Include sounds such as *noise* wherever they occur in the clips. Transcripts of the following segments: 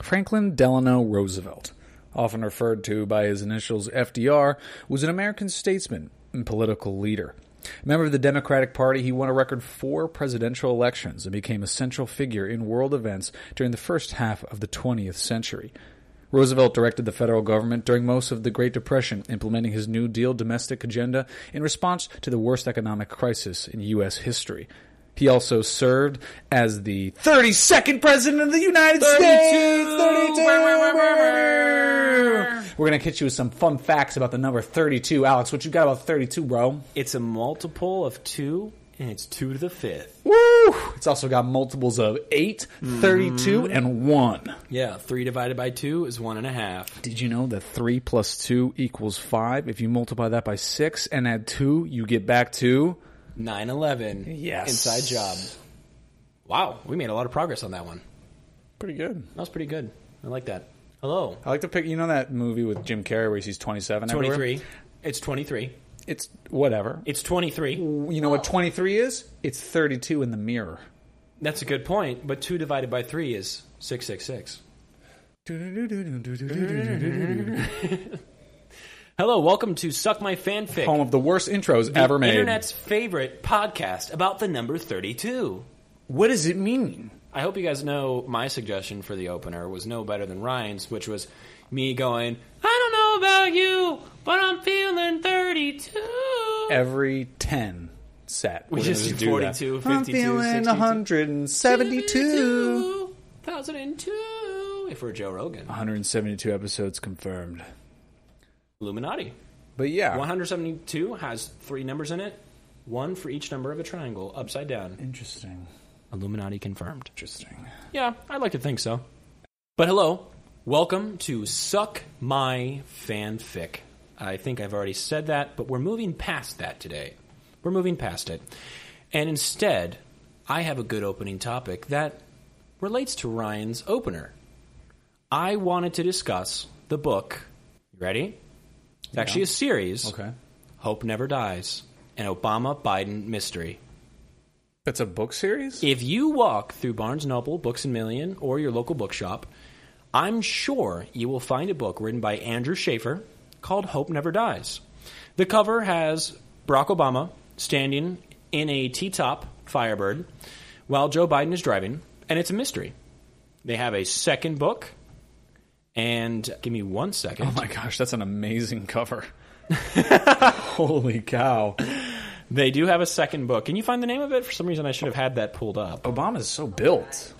Franklin Delano Roosevelt, often referred to by his initials FDR, was an American statesman and political leader. A member of the Democratic Party, he won a record four presidential elections and became a central figure in world events during the first half of the 20th century. Roosevelt directed the federal government during most of the Great Depression, implementing his New Deal domestic agenda in response to the worst economic crisis in U.S. history. He also served as the 32nd President of the United States! 32! We're going to hit you with some fun facts about the number 32. Alex, what you got about 32, bro? It's a multiple of two, and it's two to the fifth. Woo! Mm-hmm. It's also got multiples of 8, 32, and 1. Yeah, three divided by two is one and a half. Did you know that 3 plus 2 equals 5? If you multiply that by 6 and add 2, you get back to. Nine eleven. Yes. Inside job. Wow, we made a lot of progress on that one. Pretty good. That was pretty good. I like that. Hello. I like to pick. You know that movie with Jim Carrey where he's 27 Twenty everywhere? three. It's twenty three. It's whatever. It's twenty three. You know what 23 is? It's 32 in the mirror. That's a good point, but two divided by three is six six six. Hello, welcome to Suck My Fanfic. Home of the worst intros ever made. Internet's favorite podcast about the number 32. What does it mean? I hope you guys know my suggestion for the opener was no better than Ryan's, which was me going, I don't know about you, but I'm feeling 32. Every 10 set. We we're just gonna do 42, that. I'm 52, feeling 62. 172. 1002. If we're Joe Rogan, 172 episodes confirmed. Illuminati. But yeah. 172 has three numbers in it, one for each number of a triangle, upside down. Interesting. Illuminati confirmed. Interesting. Yeah, I'd like to think so. But hello, welcome to Suck My Fanfic. I think I've already said that, but we're moving past that today. We're moving past it. And instead, I have a good opening topic that relates to Ryan's opener. I wanted to discuss the book. You ready? It's actually a series Okay. Hope Never Dies, an Obama Biden mystery. That's a book series? If you walk through Barnes Noble, Books a Million, or your local bookshop, I'm sure you will find a book written by Andrew Schaefer called Hope Never Dies. The cover has Barack Obama standing in a T top Firebird while Joe Biden is driving, and it's a mystery. They have a second book, and give me one second. Oh my gosh, that's an amazing cover. Holy cow. They do have a second book. Can you find the name of it? For some reason, I should have had that pulled up. Obama's so built.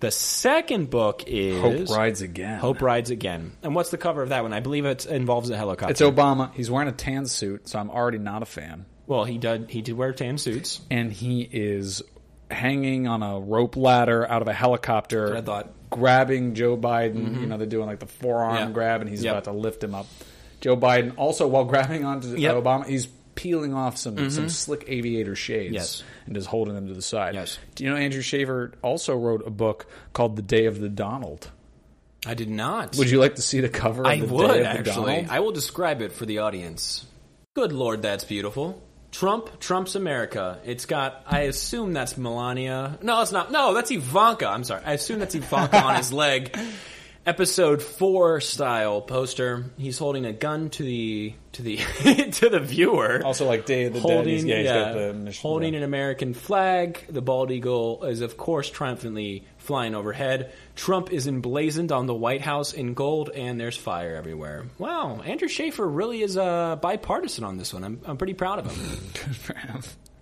The second book is Hope rides again. Hope rides again. And what's the cover of that one? I believe it involves a helicopter. It's Obama. He's wearing a tan suit, so I'm already not a fan. well, he did he did wear tan suits. And he is hanging on a rope ladder out of a helicopter. I thought. Mm-hmm. Grabbing Joe Biden. You know, they're doing like the forearm Yeah. grab, and he's Yep. about to lift him up. Joe Biden, also while grabbing onto Yep. Mm-hmm. Obama, he's peeling off some, some slick aviator shades Yes. and just holding them to the side. Yes. Do you know Andrew Shaver also wrote a book called The Day of the Donald? I did not. Would you like to see the cover of I The would Day of the actually. Donald? I will describe it for the audience. Good lord, that's beautiful. Trump trumps America. It's got. I assume that's Melania. No, it's not. No, that's Ivanka. I'm sorry. I assume that's Ivanka *laughs* on his leg. Episode four style poster. He's holding a gun to the to the *laughs* to the viewer. Also, like Day of the Dead, holding, he's, yeah, he's yeah, got the mission. holding an American flag. The bald eagle is, of course, triumphantly flying overhead. Trump is emblazoned on the White House in gold, and there's fire everywhere. Wow, Andrew Schaefer really is uh, bipartisan on this one. I'm, I'm pretty proud of him.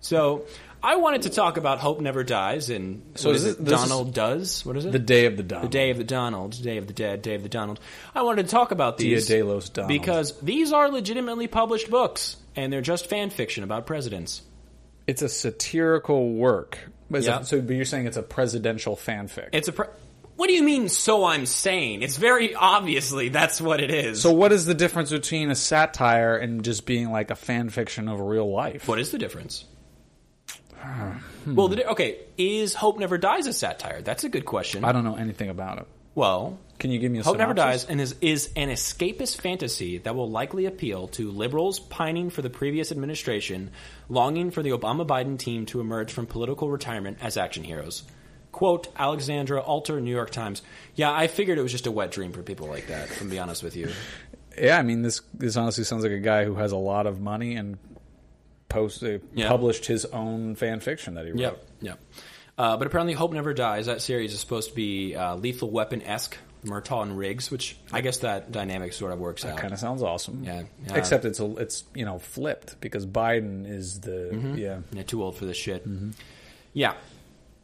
so I wanted to talk about Hope Never Dies and So what is is this- it, this is- Donald Does. What is *laughs* it? the Day of the Donald. Day of the Donald, Day of the Dead, Day of the Donald. I wanted to talk about Dia these de los Donald. because these are legitimately published books, and they're just fan fiction about presidents. It's a satirical work. But is Yeah. it- so, but you're saying it's a presidential fanfic. It's a. Pre- what do you mean? So I'm saying it's very obviously that's what it is. so, what is the difference between a satire and just being like a fan fiction of real life? what is the difference? Hmm. Well, the, di- okay, is Hope Never Dies a satire? That's a good question. I don't know anything about it. Well, Can you give me a Hope Never synopsis? Dies and is, is an escapist fantasy that will likely appeal to liberals pining for the previous administration, longing for the Obama Biden team to emerge from political retirement as action heroes. Quote Alexandra Alter, New York Times. Yeah, I figured it was just a wet dream for people like that. If I'm be honest with you. Yeah, I mean this this honestly sounds like a guy who has a lot of money and post uh, Yeah. published his own fan fiction that he wrote. Yep, yep. Uh, but apparently, Hope Never Dies. That series is supposed to be uh, Lethal Weapon esque, Murtaugh and Riggs, which I guess that dynamic sort of works out. Kind of sounds awesome. Yeah, yeah. Except it's a, it's you know flipped because Biden is the Mm-hmm. yeah. Yeah, too old for this shit. Yeah.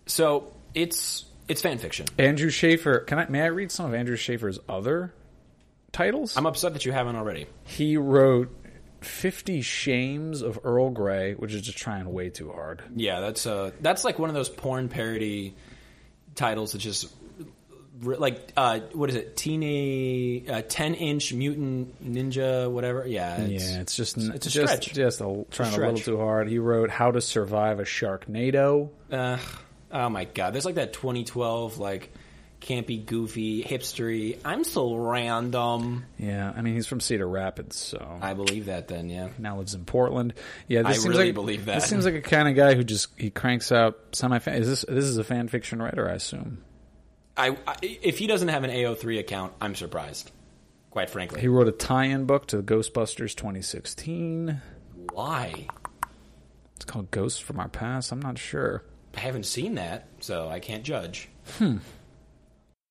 So it's it's fan fiction. Andrew Schaefer. Can I may I read some of Andrew Schaefer's other titles? I'm upset that you haven't already. he wrote Fifty Shames of Earl Grey, which is just trying way too hard. Yeah, that's uh that's like one of those porn parody titles that just r- like uh what is it? Teeny uh, 10 inch mutant ninja whatever. Yeah. It's, yeah, it's just it's a just stretch. just a, trying a, little stretch. too hard. He wrote How to Survive a Sharknado. Uh, oh my god, there's like that 2012 like campy, goofy, hipstery. I'm so random. Yeah, I mean he's from Cedar Rapids, so I believe that. Then yeah, now lives in Portland. Yeah, this I seems really like, believe that. This seems like a kind of guy who just he cranks out semi. Is this this is a fan fiction writer? I assume I, I if he doesn't have an AO3 account, I'm surprised. Quite frankly, he wrote a tie-in book to Ghostbusters 2016. why? It's called Ghosts from Our Past. I'm not sure. I haven't seen that, so I can't judge.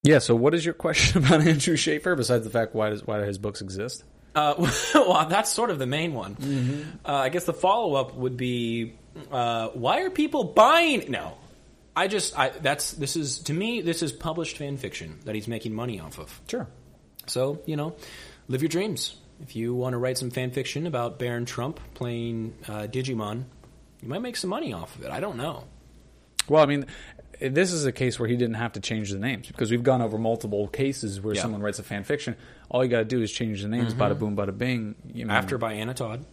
Yeah. So, what is your question *laughs* about Andrew Schaefer? Besides the fact why does why do his books exist? Uh, *laughs* well, that's sort of the main one. Uh, I guess the follow up would be uh, why are people buying? No, I just I, that's this is to me this is published fan fiction that he's making money off of. Sure. So you know, live your dreams. If you want to write some fan fiction about Baron Trump playing uh, Digimon, you might make some money off of it. I don't know. Well, I mean, this is a case where he didn't have to change the names because we've gone over multiple cases where Yeah. Mm-hmm. someone writes a fan fiction. All you got to do is change the names. Bada boom, bada bing. You know, After by Anna Todd.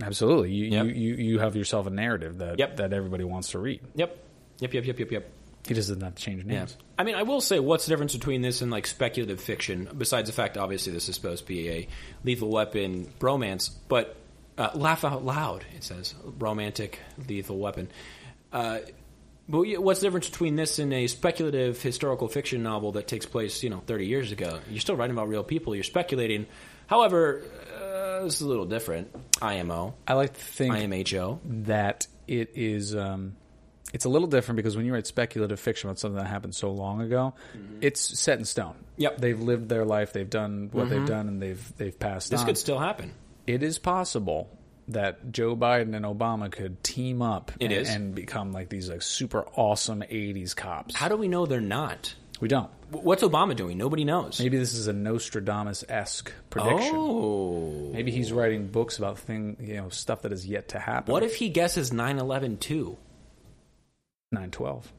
absolutely, you, Yep. you, you you have yourself a narrative that Yep. that everybody wants to read. Yep. Yep. Yep. Yep. Yep. Yep. He just doesn't have to change Yeah. names. I mean, I will say, what's the difference between this and like speculative fiction? Besides the fact, obviously, this is supposed to be a Lethal Weapon bromance, but uh, laugh out loud. It says romantic Lethal Weapon. Uh, but yeah, what's the difference between this and a speculative historical fiction novel that takes place, you know, thirty years ago? You're still writing about real people. You're speculating. However, uh, this is a little different. IMO, I like to think IMHO. that it is um, it's a little different because when you write speculative fiction about something that happened so long ago, it's set in stone. Mm-hmm. Yep. Mm-hmm. they've lived their life, they've done what they've done, and they've they've passed This on. could still happen. it is possible that Joe Biden and Obama could team up It and, is. and become like these like super awesome '80s cops. How do we know they're not? we don't. W- What's Obama doing? Nobody knows. Maybe this is a Nostradamus esque prediction. Oh. Maybe he's writing books about thing, you know, stuff that is yet to happen. What if he guesses 9 11 too? nine twelve?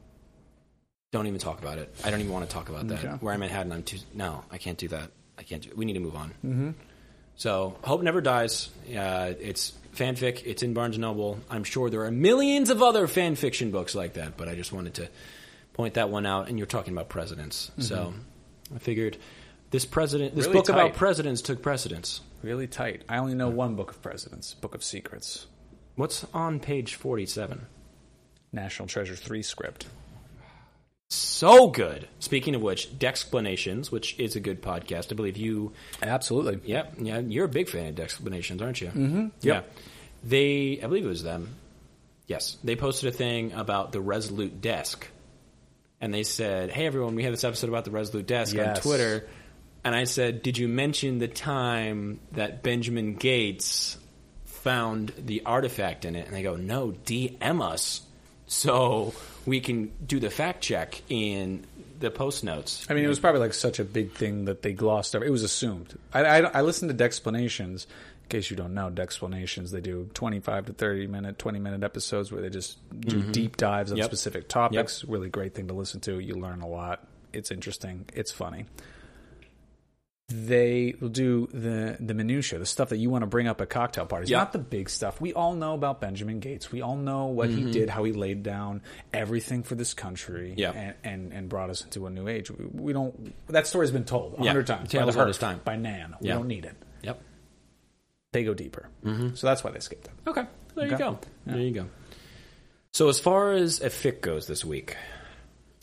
Don't even talk about it. I don't even want to talk about that. Okay. Where I'm in Manhattan, I'm too. No, I can't do that. I can't do We need to move on. Mm-hmm. So, Hope Never Dies. Uh, it's fanfic. It's in Barnes & Noble. I'm sure there are millions of other fan fiction books like that, but I just wanted to point that one out. And you're talking about presidents. So, I figured this president, this Mm-hmm. Really book about tight. presidents took precedence. Really tight. I only know one book of presidents, Book of Secrets, What's on page 47? National Treasure three script. so good. Speaking of which, Dexplanations, which is a good podcast. I believe you, Absolutely. yeah, yeah, you're a big fan of Dexplanations, aren't you? Mm-hmm. Yeah. They, I believe it was them. Yes, they posted a thing about the Resolute Desk, and they said, "Hey, everyone, we had this episode about the Resolute Desk Yes. on Twitter." And I said, "Did you mention the time that Benjamin Gates found the artifact in it?" And they go, "No, DM us so we can do the fact check in the post notes." I mean, it was probably like such a big thing that they glossed over. It was assumed. I, I, I listened to Dexplanations. In case you don't know, Dexplanations, they do 25 to 30 minute, 20 minute episodes where they just do deep dives on Mm-hmm. Yep. specific topics. Really great thing to listen to. You learn a lot. It's interesting. It's funny. They will do the the minutia, the stuff that you want to bring up at cocktail parties, Yeah. not the big stuff. We all know about Benjamin Gates. We all know what Mm-hmm. he did, how he laid down everything for this country, Yeah. and, and and brought us into a new age. We, we don't. That story's been told a Yeah, hundred times. tale by as the old as Hearth, time. by Nan. We Yeah. don't need it. Yep. They go deeper. Mm-hmm. So that's why they skipped it. Okay. There you Okay. go. There you go. So as far as a fic goes this week,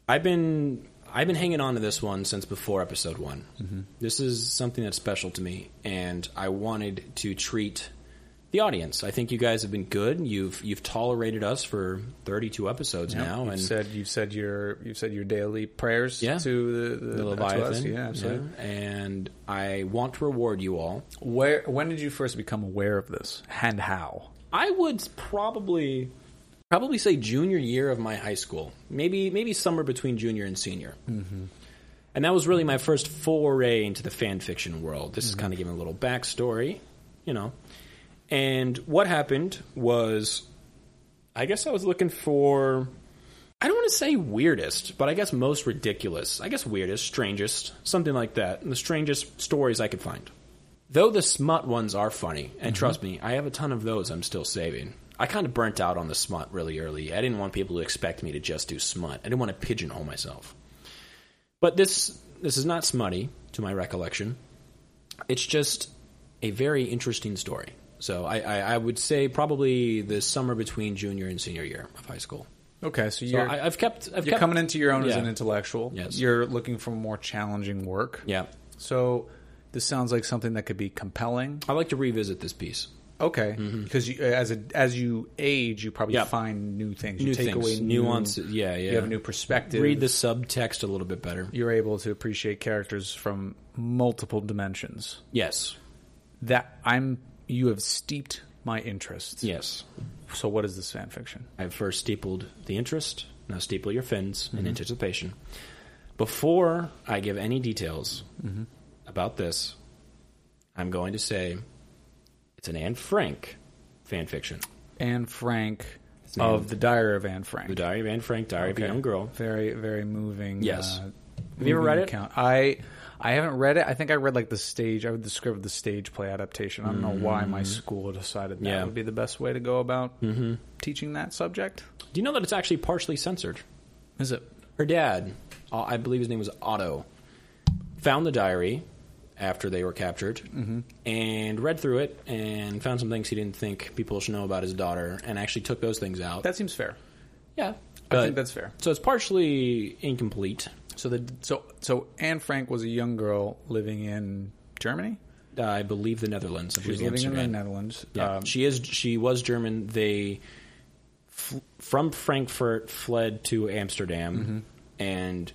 I've been I've been hanging on to this one since before episode one. This is something that's special to me, and I wanted to treat the audience. I think you guys have been good. You've you've tolerated us for thirty two episodes now, You've and said you've said your you've said your daily prayers Yeah. to the, the, the to us. Leviathan, Yeah, absolutely. yeah, and I want to reward you all. Where when did you first become aware of this and how? I would probably probably say junior year of my high school, maybe maybe somewhere between junior and senior. Mm-hmm. And that was really my first foray into the fan fiction world. This is kind of giving a little backstory, you know. And what happened was, I guess I was looking for. I don't want to say weirdest, but I guess most ridiculous. I guess weirdest, strangest, something like that. The strangest stories I could find. Though the smut ones are funny, Mm-hmm. and trust me, I have a ton of those I'm still saving. I kind of burnt out on the smut really early. I didn't want people to expect me to just do smut. I didn't want to pigeonhole myself. But this this is not smutty to my recollection. It's just a very interesting story. So I, I, I would say probably the summer between junior and senior year of high school. Okay, so So you're I, I've kept I've you're kept, coming into your own as Yeah. an intellectual. Yes. You're looking for more challenging work. Yeah. So this sounds like something that could be compelling. I like to revisit this piece. Okay, Mm-hmm. because you, uh, as a, as you age, you probably Yeah. find new things. you New take things, away new, nuances. Yeah, yeah. You have a new perspective. Read the subtext a little bit better. You're able to appreciate characters from multiple dimensions. Yes. That I'm. You have steeped my interest. Yes. So what is this fan fiction? I've first steepled the interest, now steeple your fins Mm-hmm. in anticipation. Before I give any details Mm-hmm. about this, I'm going to say it's an Anne Frank fan fiction. Anne Frank name- of the Diary of Anne Frank. The Diary of Anne Frank, Diary of a Okay. Young Girl. Very, very moving. Yes. uh, Have you ever read moving it? account. I, I haven't read it. I think I read like the stage. I read the script of the stage play adaptation. I don't know why my school decided that Yeah. would be the best way to go about teaching that subject. Do you know that it's actually partially censored? Is it? Her dad, uh, I believe his name was Otto, found the diary after they were captured Mm-hmm. and read through it and found some things he didn't think people should know about his daughter and actually took those things out. That seems fair. Yeah, I think that's fair. So it's partially incomplete. So the so so Anne Frank was a young girl living in Germany. Uh, I believe the Netherlands. I She was believe living in Amsterdam. the Netherlands. Yeah. Um, she is. She was German. They f- from Frankfurt fled to Amsterdam Mm-hmm. and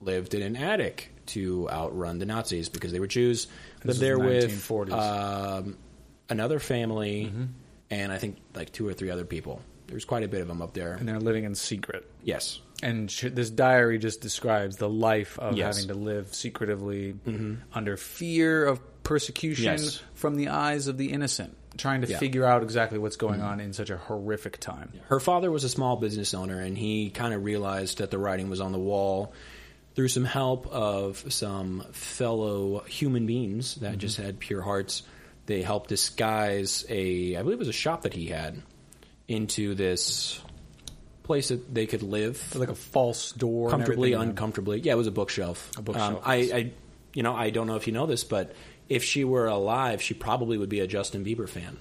lived in an attic to outrun the Nazis because they were Jews. This Lived there was with 1940s. um, another family Mm-hmm. and I think like two or three other people. There's quite a bit of them up there. and they're living in secret. Yes. And sh- this diary just describes the life of Yes. Mm-hmm. having to live secretively under fear of persecution Yes. from the eyes of the innocent, trying to Yeah. Mm-hmm. figure out exactly what's going on in such a horrific time. Her father was a small business owner, and he kind of realized that the writing was on the wall through some help of some fellow human beings Mm-hmm. that just had pure hearts. They helped disguise a, I believe it was a shop that he had, into this place that they could live Like a false door, and comfortably, everything. uncomfortably. Yeah, it was a bookshelf. A bookshelf, I, yes. I, you know, I don't know if you know this, but if she were alive, she probably would be a Justin Bieber fan.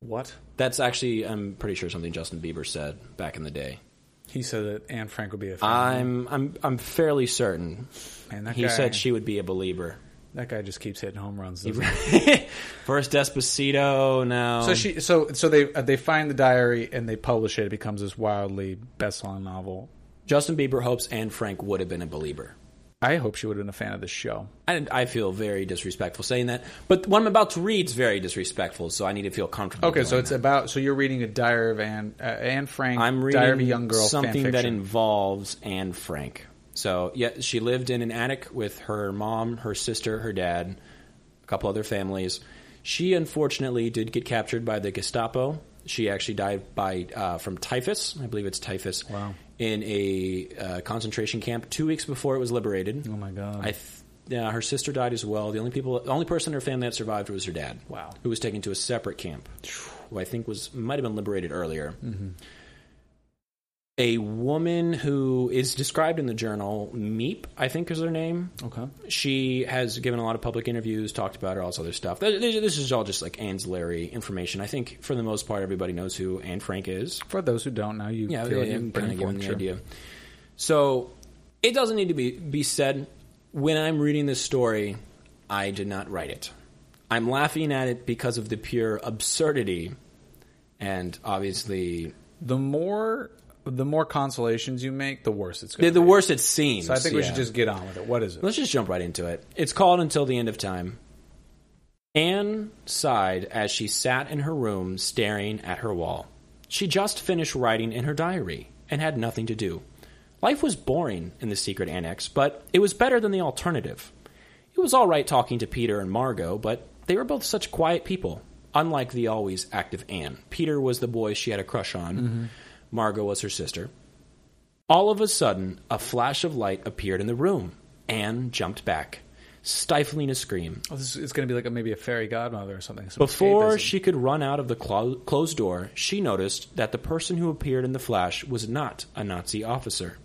what That's actually, I'm pretty sure something Justin Bieber said back in the day. he said that Anne Frank would be a fan. I'm I'm I'm fairly certain. Man, that Ah, he guy- said she would be a believer. *laughs* that guy just keeps hitting home runs. doesn't he? First Despacito, now So she, so so they uh, they find the diary and they publish it. It becomes this wildly best-selling novel. Justin Bieber hopes Anne Frank would have been a believer. I hope she would have been a fan of this show. And I feel very disrespectful saying that, but what I'm about to read is very disrespectful, so I need to feel comfortable. Okay, so doing it's that. about so you're reading a Diary of Anne uh, Anne Frank. I'm reading Diary of a Young Girl something fan that fiction. involves Anne Frank. So yeah, she lived in an attic with her mom, her sister, her dad, a couple other families. She unfortunately did get captured by the Gestapo. She actually died by uh, from typhus. I believe it's typhus. Wow. In a uh, concentration camp two weeks before it was liberated. Oh my God. I th- yeah, her sister died as well. The only people, the only person in her family that survived was her dad. Wow. Who was taken to a separate camp, who I think was might have been liberated earlier a woman who is described in the journal Meep, I think is her name. okay. She has given a lot of public interviews, talked about her, all this other stuff. Th- th- This is all just like ancillary information. I think for the most part, everybody knows who Anne Frank is. For those who don't know, you Yeah, feel yeah, like yeah, you can I'm kind bring of giving forward the sure. idea. So it doesn't need to be, be said. When I'm reading this story, I did not write it. I'm laughing at it because of the pure absurdity and obviously The more the more consolations you make, the worse it's the, going. the worse it seems. So I think we should yeah. just get on with it. What is it? Let's just jump right into it. It's called Until the End of Time. Anne sighed as she sat in her room staring at her wall. She just finished writing in her diary and had nothing to do. Life was boring in the secret annex, but it was better than the alternative. It was all right talking to Peter and Margot, but they were both such quiet people, unlike the always active Anne. Peter was the boy she had a crush on, Margot was her sister. All of a sudden, a flash of light appeared in the room. Anne jumped back, stifling a scream. Oh, this, it's going to be like a, maybe a fairy godmother or something. some Before escapism. she could run out of the clo- closed door, she noticed that the person who appeared in the flash was not a Nazi officer,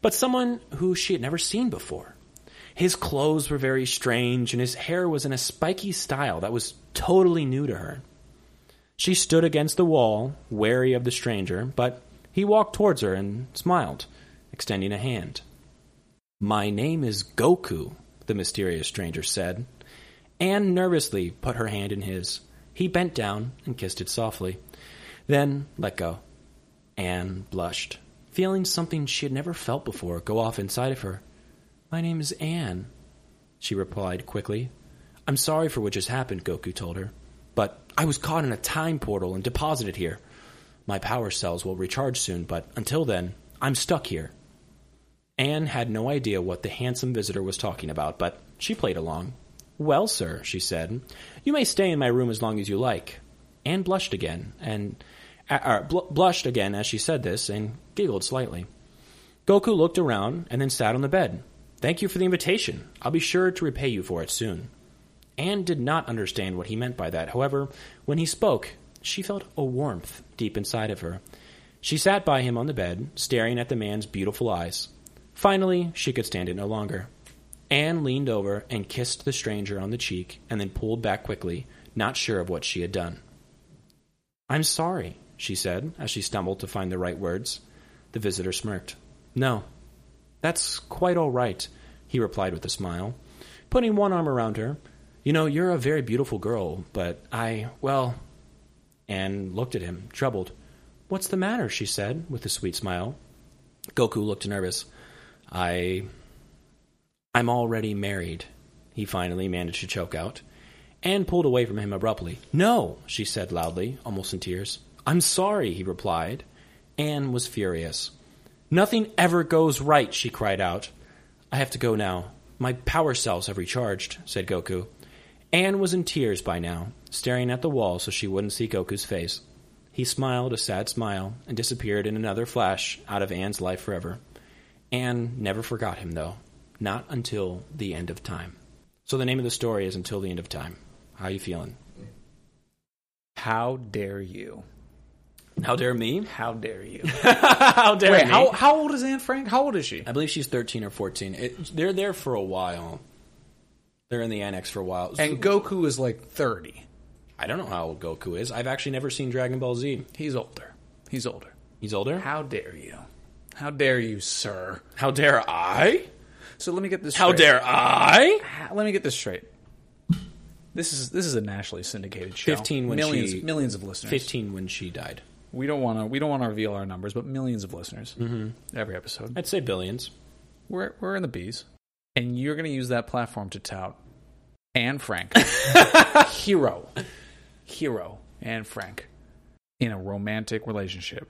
but someone who she had never seen before. His clothes were very strange, and his hair was in a spiky style that was totally new to her. She stood against the wall, wary of the stranger, but he walked towards her and smiled, extending a hand. My name is Goku, the mysterious stranger said. Anne nervously put her hand in his. He bent down and kissed it softly, then let go. Anne blushed, feeling something she had never felt before go off inside of her. My name is Anne, she replied quickly. I'm sorry for what just happened, Goku told her, but I was caught in a time portal and deposited here. My power cells will recharge soon, but until then, I'm stuck here. Anne had no idea what the handsome visitor was talking about, but she played along. Well, sir, she said, you may stay in my room as long as you like. Anne blushed again, and uh, uh, bl- blushed again as she said this, and giggled slightly. Goku looked around and then sat on the bed. Thank you for the invitation. I'll be sure to repay you for it soon. Anne did not understand what he meant by that. However, when he spoke, she felt a warmth deep inside of her. She sat by him on the bed, staring at the man's beautiful eyes. Finally, she could stand it no longer. Anne leaned over and kissed the stranger on the cheek and then pulled back quickly, not sure of what she had done. I'm sorry, she said as she stumbled to find the right words. The visitor smirked. No, that's quite all right, he replied with a smile, putting one arm around her. You know, you're a very beautiful girl, but I, well. Anne looked at him, troubled. What's the matter? she said, with a sweet smile. Goku looked nervous. I. I'm already married, he finally managed to choke out. Anne pulled away from him abruptly. No, she said loudly, almost in tears. I'm sorry, he replied. Anne was furious. Nothing ever goes right, she cried out. I have to go now. My power cells have recharged, said Goku. Anne was in tears by now, staring at the wall so she wouldn't see Goku's face. He smiled a sad smile and disappeared in another flash out of Anne's life forever. Anne never forgot him, though, not until the end of time. So the name of the story is Until the End of Time. How you feeling? How dare you? How dare me? How dare *laughs* you? How dare Wait, me? how how old is Anne Frank? How old is she? I believe she's 13 or 14. It, they're there for a while. They're in the annex for a while. And Goku is like thirty. I don't know how old Goku is. I've actually never seen Dragon Ball Z. He's older. He's older. He's older. How dare you? How dare you, sir? How dare I? So let me get this. How straight. dare I? Ha- Ah, Let me get this straight. This is this is a nationally syndicated show. 15 when millions she- millions of listeners. 15 when she died. We don't want to we don't want to reveal our numbers, but millions of listeners every episode. I'd say billions. We're we're in the bees, and you're going to use that platform to tout Anne Frank, *laughs* hero, hero, Anne Frank, in a romantic relationship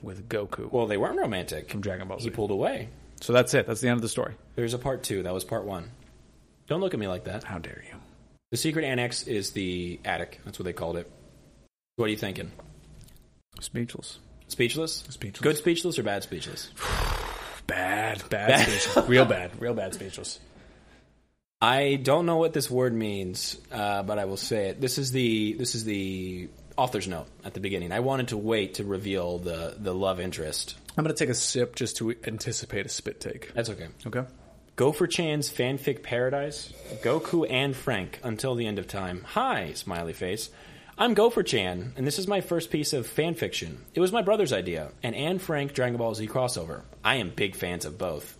with Goku Well, they weren't romantic. from Dragon Ball He Z. pulled away. So that's it. That's the end of the story. There's a part two. That was part one. Don't look at me like that. How dare you? The secret annex is the attic. That's what they called it. What are you thinking? Speechless. Speechless? Speechless. Good speechless or bad speechless? Bad, bad, speechless. Real bad. Real bad *laughs* speechless. I don't know what this word means, uh, but I will say it. This is the this is the author's note at the beginning. I wanted to wait to reveal the the love interest. I'm going to take a sip just to anticipate a spit take. That's okay. Okay. Gopher Chan's fanfic paradise. Goku and Frank until the end of time. Hi, smiley face. I'm Gopher Chan, and this is my first piece of fan fiction. It was my brother's idea, and Anne Frank Dragon Ball Z crossover. I am big fans of both.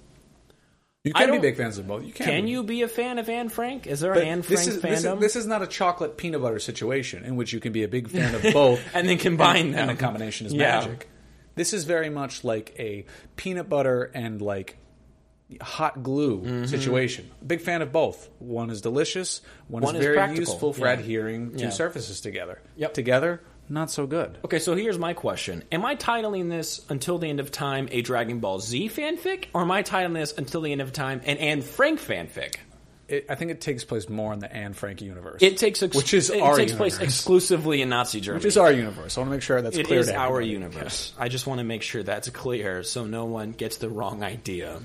You I can be don't- big fans of both. You can. Can be. you be a fan of Anne Frank? Is there But an Anne Frank this is, fandom? This is, this is not a chocolate peanut butter situation in which you can be a big fan of both *laughs* And then combine and, them. And the combination is Yeah. magic. This is very much like a peanut butter and like hot glue Mm-hmm. situation. Big fan of both. One is delicious. One, One is is very practical. useful for Yeah. adhering two Yeah. surfaces together. Yep. Together, not so good. Okay, so here's my question. Am I titling this Until the End of Time a Dragon Ball Z fanfic? Or am I titling this Until the End of Time an Anne Frank fanfic? It, I think it takes place more in the Anne Frank universe. It takes ex- Which is it our takes place universe. exclusively in Nazi Germany. which is our universe. I want to make sure that's It clear is to our everybody. universe. I just want to make sure that's clear so no one gets the wrong idea.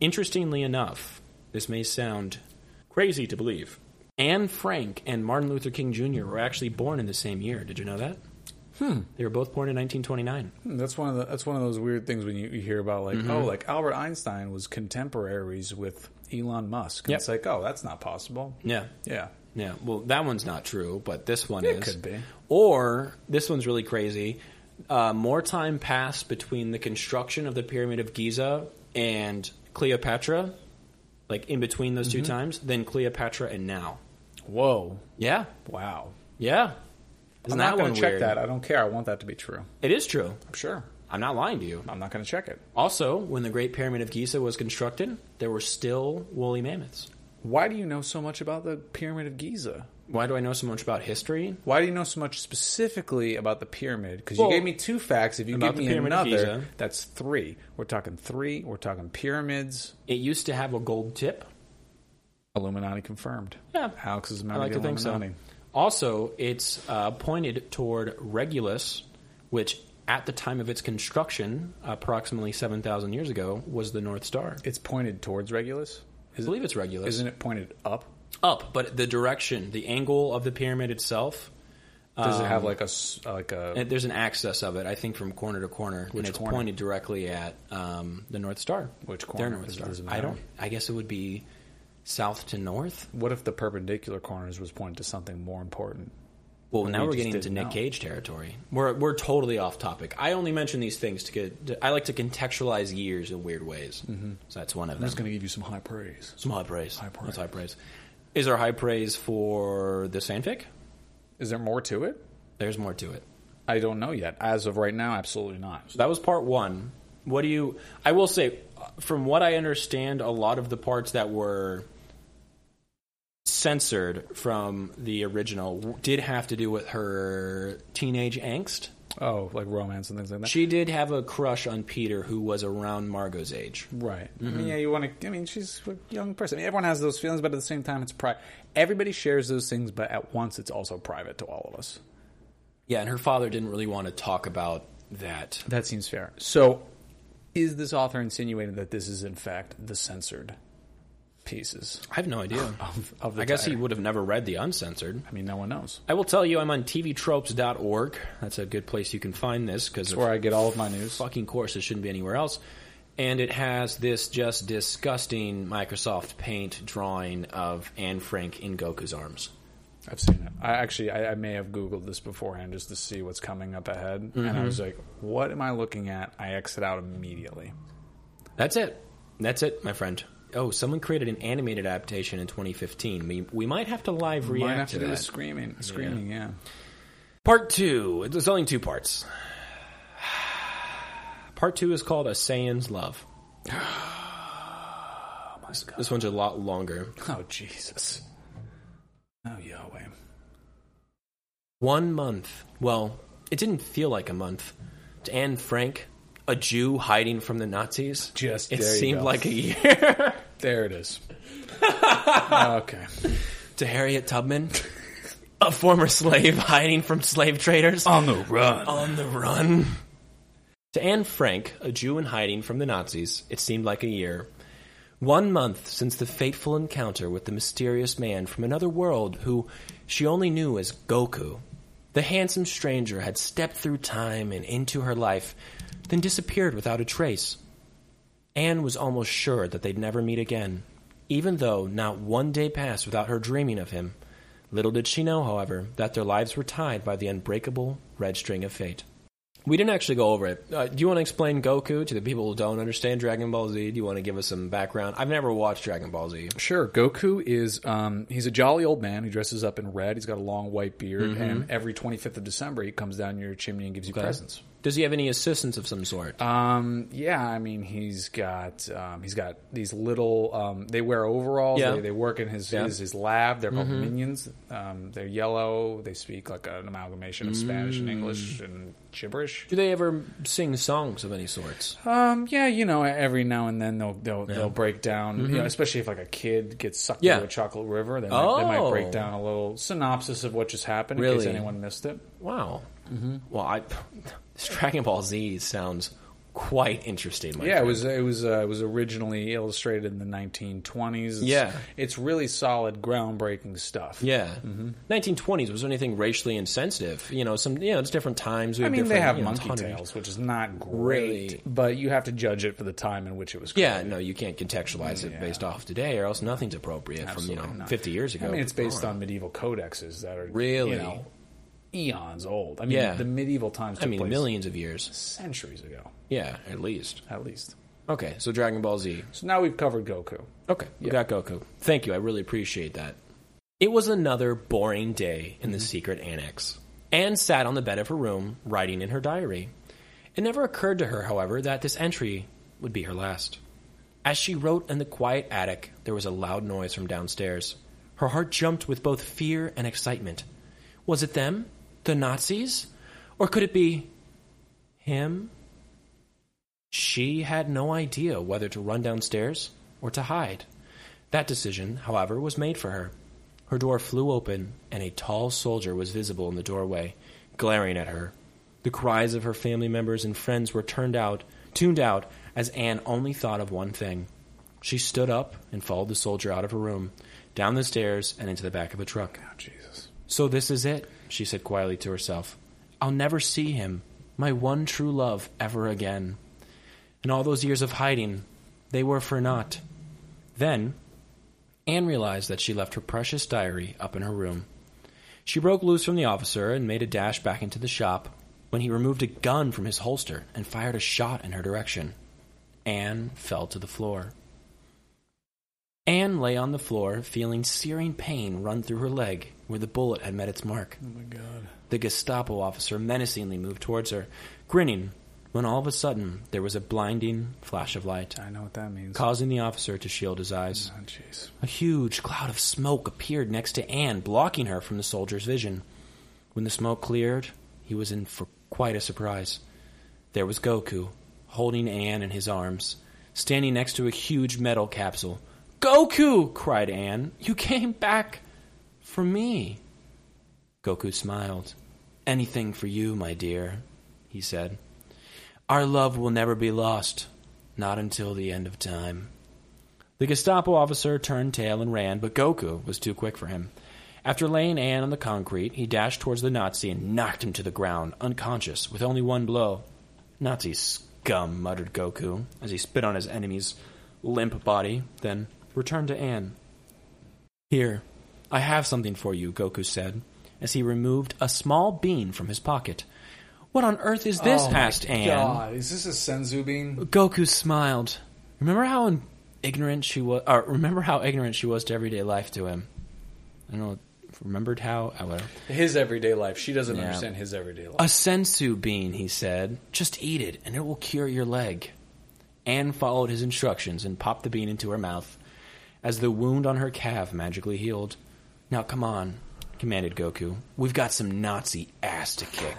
Interestingly enough, this may sound crazy to believe. Anne Frank and Martin Luther King Jr. were actually born in the same year. Did you know that? Hmm. They were both born in 1929. Hmm, That's one of the, that's one of those weird things when you, you hear about like Mm-hmm. oh like Albert Einstein was contemporaries with Elon Musk. And Yep. It's like oh that's not possible. Yeah. Yeah, Yeah, well, that one's not true, but this one It is. could be. Or this one's really crazy. Uh, more time passed between the construction of the Pyramid of Giza and Cleopatra, like in between those two times, than Cleopatra and now. Whoa. Yeah, Wow. yeah. I'm Isn't that not one going to check weird? that. I don't care. I want that to be true. It is true. I'm sure. I'm not lying to you. I'm not going to check it. Also, when the Great Pyramid of Giza was constructed, there were still woolly mammoths. Why do you know so much about the Pyramid of Giza? Why do I know so much about history? Why do you know so much specifically about the pyramid? Because Well, you gave me two facts. If you about give the me Pyramid of another, Giza. that's three. We're talking three. We're talking pyramids. It used to have a gold tip. Illuminati confirmed. Yeah. Alex is a I member like to of the think so. Illuminati. Also, it's uh, pointed toward Regulus, which at the time of its construction, approximately 7,000 years ago, was the North Star. It's pointed towards Regulus. I believe it's Regulus. Isn't it pointed up? Up, but the direction, the angle of the pyramid itself, Does Um, it have like a s- like a? and there's an axis of it, I think, from corner to corner, and it's corner? pointed directly at um, the North Star. Which Their corner? North Does it- Star. does it I matter? don't. I guess it would be south to north. What if the perpendicular corners was pointed to something more important? Well, Well, now we we are just getting didn't into Nick know. Cage territory. We're we're totally off topic. I only mention these things to get. to- I like to contextualize years in weird ways. Mm-hmm. So that's one of them. going to give you some high praise. Some high praise. High praise. That's high praise. Is there high praise for this fanfic? Is there more to it? There's more to it. I don't know yet. As of right now, absolutely not. So that was part one. What do you? I will say, uh, from what I understand, a lot of the parts that were censored from the original w- did have to do with her teenage angst. Oh, like romance and things like that. She did have a crush on Peter, who was around Margot's age. right. I Mm-hmm. mean, yeah, you want to. I mean, she's a young person. I mean, everyone has those feelings, but at the same time, it's private. Everybody shares those things, but at once, it's also private to all of us. Yeah, and her father didn't really want to talk about that. That seems fair. So, is this author insinuating that this is in fact the censored pieces? I have no *laughs* idea. Of- of the I guess he tire. would have never read the uncensored. I mean, no one knows. I will tell you, I'm on TVTropes.org. That's a good place you can find this because Where I get all of my news. fucking course it shouldn't be anywhere else. And it has this just disgusting Microsoft Paint drawing of Anne Frank in Goku's arms. I've seen it. I actually, I, I may have Googled this beforehand just to see what's coming up ahead. And I was like, what am I looking at? I exit out immediately. That's it. That's it, my friend. Oh, someone created an animated adaptation in 2015. We we might have to live react Mine have to to do that. with screaming. Screaming, yeah. Part two. There's only two parts. *sighs* Part two is called A Saiyan's Love. Oh, my God. This one's a lot longer. Oh, Jesus. Oh, Yahweh. One month. Well, it didn't feel like a month. To Anne Frank, a Jew hiding from the Nazis. Just it there you seemed go. like a year. *laughs* There it *laughs* is. okay. to Harriet Tubman, a former slave hiding from slave traders. On the run. on the run. To Anne Frank, a Jew in hiding from the Nazis, it seemed like a year. One month since the fateful encounter with the mysterious man from another world who she only knew as Goku. The handsome stranger had stepped through time and into her life, then disappeared without a trace. Anne was almost sure that they'd never meet again, even though not one day passed without her dreaming of him, Little did she know, however, that their lives were tied by the unbreakable red string of fate. We didn't actually go over it. Uh, do you want to explain Goku to the people who don't understand Dragon Ball Z? Do you want to give us some background? I've never watched Dragon Ball Z. Sure. Goku is um, he's a jolly old man who dresses up in red. He's got a long white beard, Mm-hmm. and every twenty fifth of December he comes down your chimney and gives you presents. Does he have any assistance of some sort? Um, yeah, I mean he's got um, he's got these little um, they wear overalls. Yeah. They, they work in his Yeah. Mm-hmm. his, his lab. They're called minions. Um, they're yellow. They speak like an amalgamation Mm. of Spanish and English and gibberish. do they ever sing songs of any sorts? Um, yeah, you know, every now and then they'll they'll, they'll break down. You know, especially if like a kid gets sucked Mm-hmm. Yeah. into a chocolate river, they might, they might Oh. break down a little synopsis of what just happened in case Really? anyone missed it. Wow. Mm-hmm. Well, I, *laughs* this Dragon Ball Z sounds quite interesting. my Yeah, it friend. was it was uh, it was originally illustrated in the 1920s. It's, Yeah. it's really solid, groundbreaking stuff. Yeah, 1920s Mm-hmm. was there anything racially insensitive? You know, some you know, it's different times. We I mean, they different, have you know, monkey hundred- tails, which is not great, Really? but you have to judge it for the time in which it was. Yeah, no, you can't contextualize it based off today, or else nothing's appropriate Absolutely from you know not. 50 years ago. I mean, it's based Gone. on medieval codexes that are Really? you know, eons old. I mean, Yeah. the medieval times. Took I mean, place millions of years. centuries ago, Yeah, at least. at least. Okay, so Dragon Ball Z. So now we've covered Goku. Okay, you got Goku. Thank you. I really appreciate that. It was another boring day in the secret annex. Anne sat on the bed of her room, writing in her diary. It never occurred to her, however, that this entry would be her last. As she wrote in the quiet attic, there was a loud noise from downstairs. Her heart jumped with both fear and excitement. Was it them? The Nazis? Or could it be him? She had no idea whether to run downstairs or to hide. That decision, however, was made for her. Her door flew open, and a tall soldier was visible in the doorway, glaring at her. The cries of her family members and friends were turned out, tuned out, as Anne only thought of one thing. She stood up and followed the soldier out of her room, down the stairs, and into the back of a truck. Oh, Jesus. So this is it, she said quietly to herself. I'll never see him, my one true love, ever again. And all those years of hiding, they were for naught. Then, Anne realized that she left her precious diary up in her room. She broke loose from the officer and made a dash back into the shop when he removed a gun from his holster and fired a shot in her direction. Anne fell to the floor. Anne lay on the floor, feeling searing pain run through her leg where the bullet had met its mark. Oh my God. The Gestapo officer menacingly moved towards her, grinning, when all of a sudden there was a blinding flash of light, I know what that means. causing the officer to shield his eyes. oh, jeez. A huge cloud of smoke appeared next to Anne, blocking her from the soldier's vision. When the smoke cleared, he was in for quite a surprise. There was Goku, holding Anne in his arms, standing next to a huge metal capsule. Goku! cried Anne. You came back for me. Goku smiled. Anything for you, my dear, he said. Our love will never be lost, not until the end of time. The Gestapo officer turned tail and ran, but Goku was too quick for him. After laying Anne on the concrete, he dashed towards the Nazi and knocked him to the ground, unconscious, with only one blow. Nazi scum, muttered Goku as he spit on his enemy's limp body, then returned to Anne. Here, I have something for you, Goku said, as he removed a small bean from his pocket. What on earth is this? Oh my asked Anne. God. Is this a senzu bean? Goku smiled. Remember how in- ignorant she was, or remember how ignorant she was to everyday life to him. I don't know. Remembered how? I whatever. His everyday life. She doesn't Yeah. understand his everyday life. A sensu bean, he said. Just eat it, and it will cure your leg. Anne followed his instructions and popped the bean into her mouth, as the wound on her calf magically healed. Now come on, commanded Goku. We've got some Nazi ass to kick.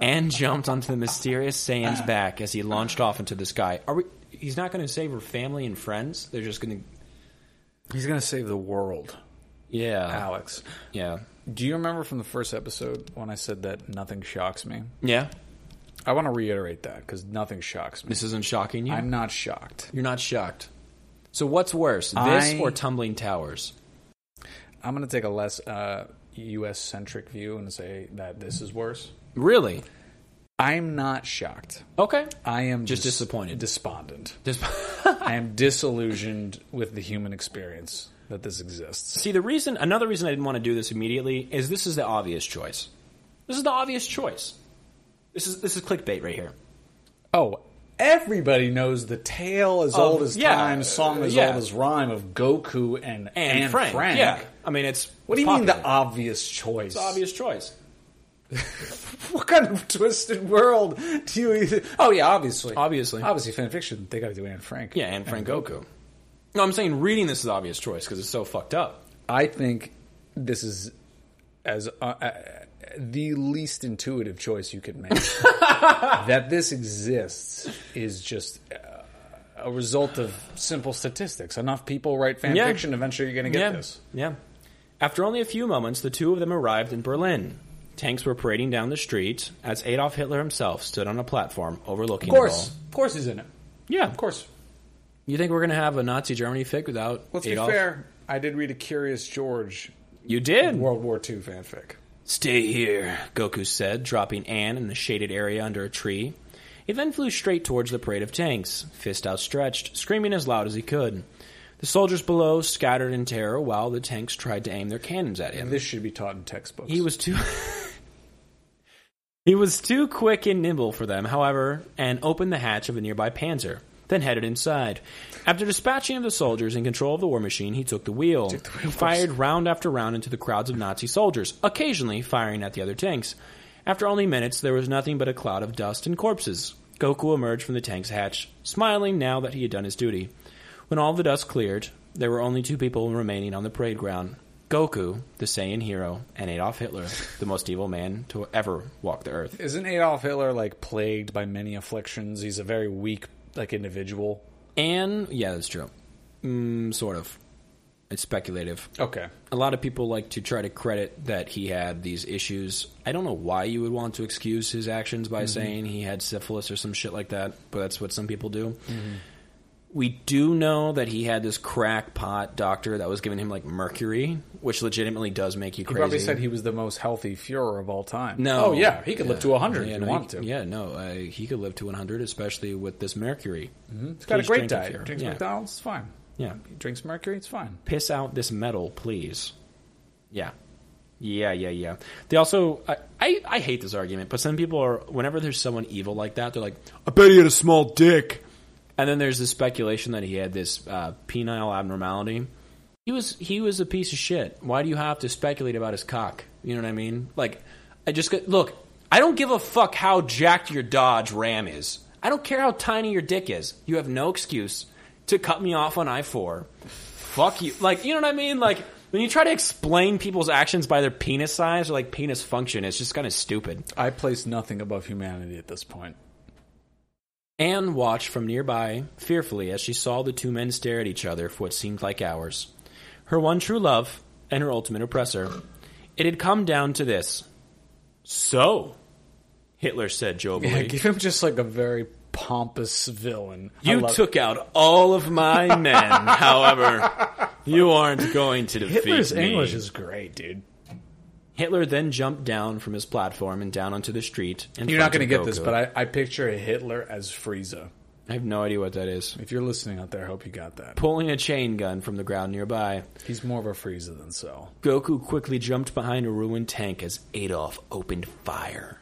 Anne jumped onto the mysterious Saiyan's back as he launched off into the sky. Are we? He's not going to save her family and friends. They're just going to. He's going to save the world, Yeah. Alex. Yeah. Do you remember from the first episode when I said that nothing shocks me? Yeah. I want to reiterate that because nothing shocks me. This isn't shocking you. I'm not shocked. You're not shocked. So what's worse, this I- or tumbling towers? I'm going to take a less uh, U.S. centric view and say that this is worse. Really? I'm not shocked. Okay. I am Just *laughs* disappointed. despondent. This- I am disillusioned with the human experience. that this exists. See, the reason, another reason I didn't want to do this immediately is this is the obvious choice. This is the obvious choice. This is this is clickbait right here. Oh, everybody knows the tale as old as Oh, yeah, time, song as yeah. old as rhyme of Goku and, And, Frank, yeah. I mean, it's What do you mean popular. the obvious choice? It's the obvious choice? *laughs* What kind of twisted world do you? Oh yeah, obviously, Obviously. obviously, fan fiction. They got to do Anne Frank. Yeah, and Frank Goku. No, I'm saying reading this is the obvious choice because it's so fucked up. I think this is as uh, uh, the least intuitive choice you *laughs* could make. that this exists is just uh, a result of simple statistics. Enough people write fan Yeah. fiction, eventually you're going to get yeah. this. Yeah. After only a few moments, the two of them arrived in Berlin. Tanks were parading down the street as Adolf Hitler himself stood on a platform overlooking Of course, the of course, he's in it. goal. Yeah, Of course. You think we're going to have a Nazi Germany fic without Let's Adolf? be fair. I did read a Curious George You did. World War II fanfic. Stay here, Goku said, dropping Anne in the shaded area under a tree. He then flew straight towards the parade of tanks, fist outstretched, screaming as loud as he could. The soldiers below scattered in terror while the tanks tried to aim their cannons at him. This should be taught in textbooks. He was too. *laughs* he was too quick and nimble for them, however, and opened the hatch of a nearby Panzer. Then headed inside. After dispatching of the soldiers in control of the war machine, he took the wheel. the wheel he fired round after round into the crowds of Nazi soldiers, occasionally firing at the other tanks. After only minutes, there was nothing but a cloud of dust and corpses. Goku emerged from the tank's hatch, smiling now that he had done his duty. When all the dust cleared, there were only two people remaining on the parade ground Goku, the Saiyan hero, and Adolf Hitler, the most evil man to ever walk the earth. Isn't Adolf Hitler like plagued by many afflictions? He's a very weak like individual. And, yeah, that's true. Mm, sort of. It's speculative. Okay. A lot of people like to try to credit that he had these issues. I don't know why you would want to excuse his actions Mm-hmm. by saying he had syphilis or some shit like that, but that's what some people do. Mm-hmm. We do know that he had this crackpot doctor that was giving him like mercury, which legitimately does make you He crazy. probably said he was the most healthy Fuhrer of all time. No. Oh yeah, he could live to hundred Yeah, if no, he wanted he, to. Yeah, no, uh, he could live to 100, especially with this mercury. Mm-hmm. He's got a great diet. Drinks McDonald's, it's fine. Yeah. He drinks mercury, it's fine. piss out this metal, please. Yeah. Yeah, yeah, yeah. They also, I, I, I hate this argument, but some people are, whenever there's someone evil like that, they're like, I bet he had a small dick. And then there's the speculation that he had this uh, penile abnormality. He was he was a piece of shit. Why do you have to speculate about his cock? You know what I mean? Like, I just got, look. I don't give a fuck how jacked your Dodge Ram is. I don't care how tiny your dick is. You have no excuse to cut me off on I four. Fuck you. Like, you know what I mean? Like, when you try to explain people's actions by their penis size or like penis function, it's just kind of stupid. I place nothing above humanity at this point. Anne watched from nearby fearfully as she saw the two men stare at each other for what seemed like hours. Her one true love and her ultimate oppressor. It had come down to this. So, Hitler said Yeah, jovially, give him just like a very pompous villain. I You love- took out all of my men. *laughs* However, you aren't going to defeat Hitler's me. English is great, dude. Hitler then jumped down from his platform and down onto the street. In You're not going to get this, but I, I picture Hitler as Frieza. I have no idea what that is. If you're listening out there, I hope you got that. Pulling a chain gun from the ground nearby, He's more of a Frieza than Cell. Goku quickly jumped behind a ruined tank as Adolf opened fire.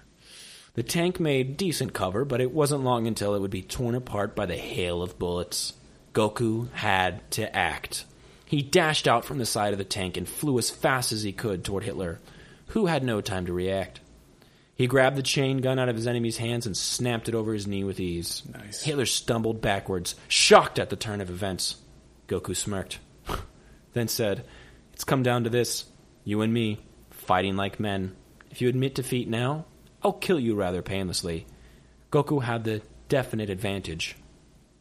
The tank made decent cover, but it wasn't long until it would be torn apart by the hail of bullets. Goku had to act. He dashed out from the side of the tank and flew as fast as he could toward Hitler, who had no time to react. He grabbed the chain gun out of his enemy's hands and snapped it over his knee with ease. Nice. Hitler stumbled backwards, shocked at the turn of events. Goku smirked, then said, It's come down to this you and me, fighting like men. If you admit defeat now, I'll kill you rather painlessly. Goku had the definite advantage,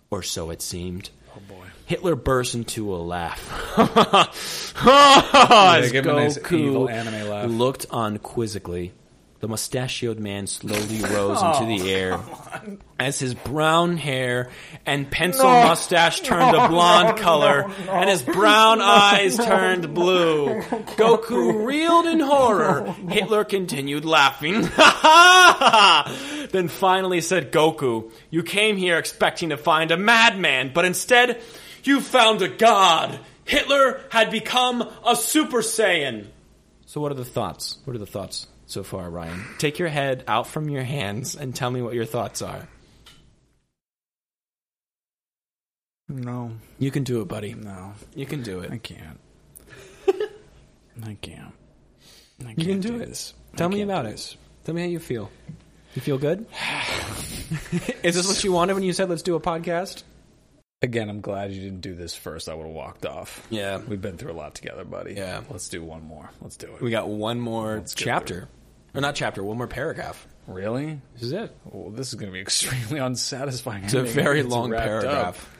or so it seemed. Oh boy. Hitler burst into a laugh. *laughs* As give him a nice evil Goku anime laugh. looked on quizzically, the mustachioed man slowly rose into the air as his brown hair and pencil mustache turned a blonde color and his brown eyes turned blue. Goku reeled in horror. Hitler continued laughing. *laughs* then finally said, Goku, you came here expecting to find a madman, but instead you found a god. Hitler had become a Super Saiyan. So, what are the thoughts? What are the thoughts so far, Ryan? Take your head out from your hands and tell me what your thoughts are. No, You can do it, buddy. no, You can do it. I *laughs* can't. I can't. I can't You can do it. This. Tell I me can't about do it. this. Tell me how you feel. You feel *sighs* good? *laughs* Is this what you wanted when you said let's do a podcast? Again, I'm glad you didn't do this first. I would have walked off. Yeah. We've been through a lot together, buddy. Yeah. Let's do one more. Let's do it. We got one more get chapter. Or not chapter, one more paragraph. Really? This is it. Well, this is going to be *laughs* extremely unsatisfying. It's a very long paragraph. *laughs*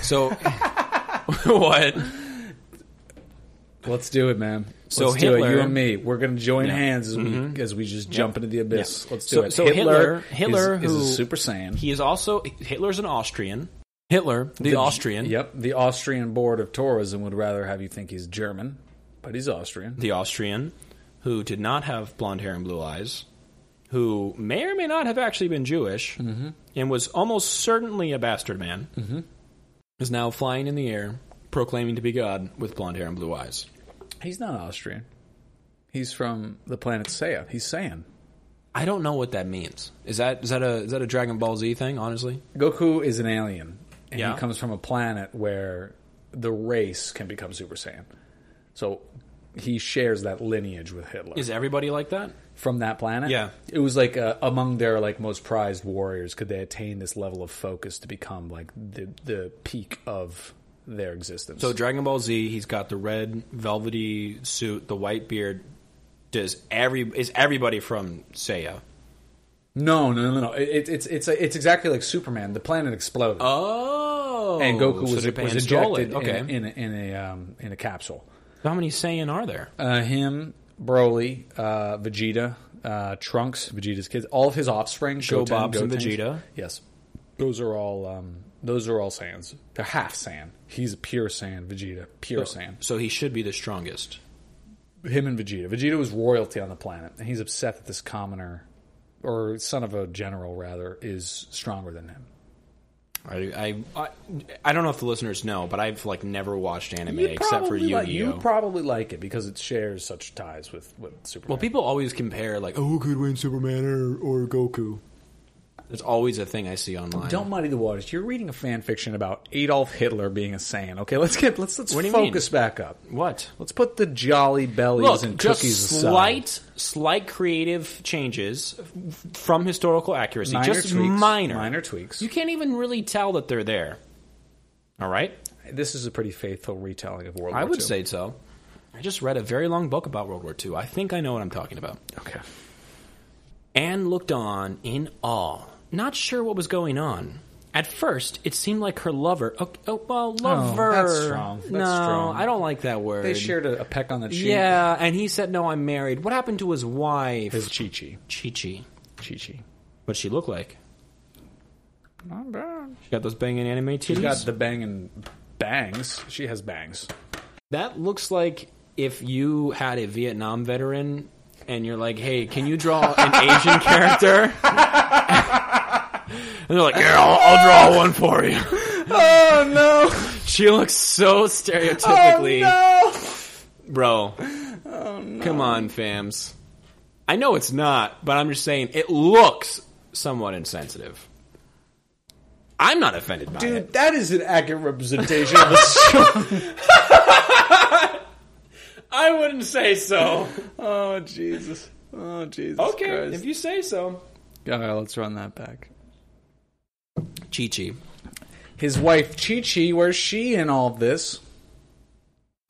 So what? Let's do it, man. So Let's do it. You Hitler- and me. We're going to join Yeah. Mm-hmm. hands as, we, as we just jump into the abyss. Yeah. Let's do so, it. So Hitler, is- Hitler, is, who, a super saiyan. He is also Hitler's an Austrian. Hitler, the, Austrian, Yep, the Austrian Board of Tourism would rather have you think he's German, but he's Austrian. the Austrian, who did not have blonde hair and blue eyes, who may or may not have actually been Jewish, and was almost certainly a bastard man, is now flying in the air, proclaiming to be God with blonde hair and blue eyes. He's not Austrian. He's from the planet Saya. He's Saiyan. I don't know what that means. Is that is that a is that a Dragon Ball Z thing? Honestly, Goku is an alien, and Yeah. he comes from a planet where the race can become Super Saiyan. So he shares that lineage with Hitler. is everybody like that? from that planet. Yeah. it was like uh, among their like most prized warriors. Could they attain this level of focus to become like the the peak of their existence? So Dragon Ball Z, he's got the red velvety suit, the white beard. Does every is everybody from Seiya? no, no, no, no. It, it's it's it's exactly like Superman. The planet exploded, Oh, and Goku so was, Japan was stole it. ejected Okay, in, in, a, in a um, in a capsule. how many Saiyan are there? Uh, him, Broly, uh, Vegeta, uh, Trunks, Vegeta's kids, all of his offspring, Goten, Bobs and Gotenks. Vegeta. Yes, those are all. Um, those are all Saiyans. They're half Saiyan. He's a pure Saiyan. Vegeta, pure Saiyan. So he should be the strongest. him and Vegeta. Vegeta was royalty on the planet, and he's upset that this commoner, or son of a general rather, is stronger than him. I, I I I don't know if the listeners know, but I've like never watched anime except for probably Yu like, Gi you Oh. probably like it because it shares such ties with with Superman. Well, people always compare like, oh, who could win Superman or, or Goku? That's always a thing I see online. don't muddy the waters. You're reading a fan fiction about Adolf Hitler being a Saiyan. Okay, let's get let's let's What do you focus back up. what? Let's put the jolly bellies Look, and just cookies slight, slight creative changes f- from historical accuracy, aside. just tweaks, minor. minor tweaks. You can't even really tell that they're there. All right, This is a pretty faithful retelling of World I War would II. say so. I just read a very long book about World War II. I think I know what I'm talking about. Okay. Anne looked on in awe, not sure what was going on. At first, it seemed like her lover. Oh, oh well, lover. strong. That's no, strong. I don't like that word. They shared a, a peck on the cheek. Yeah, and he said, "No, I'm married." What happened to his wife? His Chi Chi. Chi Chi. Chi Chi. What'd she look like? Not bad. She got those banging anime titties. She's got the banging bangs. She has bangs. that looks like if you had a Vietnam veteran and you're like, "Hey, can you draw an *laughs* Asian character?" *laughs* and they're like, "Yeah, I'll, I'll draw one for you." *laughs* Oh no! *laughs* she looks so Oh, stereotypically, bro. Come on, fams. I know it's not, but I'm just saying it looks somewhat insensitive. I'm not offended by it. Dude, that is an accurate representation of a strong. I wouldn't *laughs* say so. oh Jesus! Oh Jesus! Okay, if you say so. All right, let's run that back. Chi Chi. His wife Chi Chi, where's she in all of this?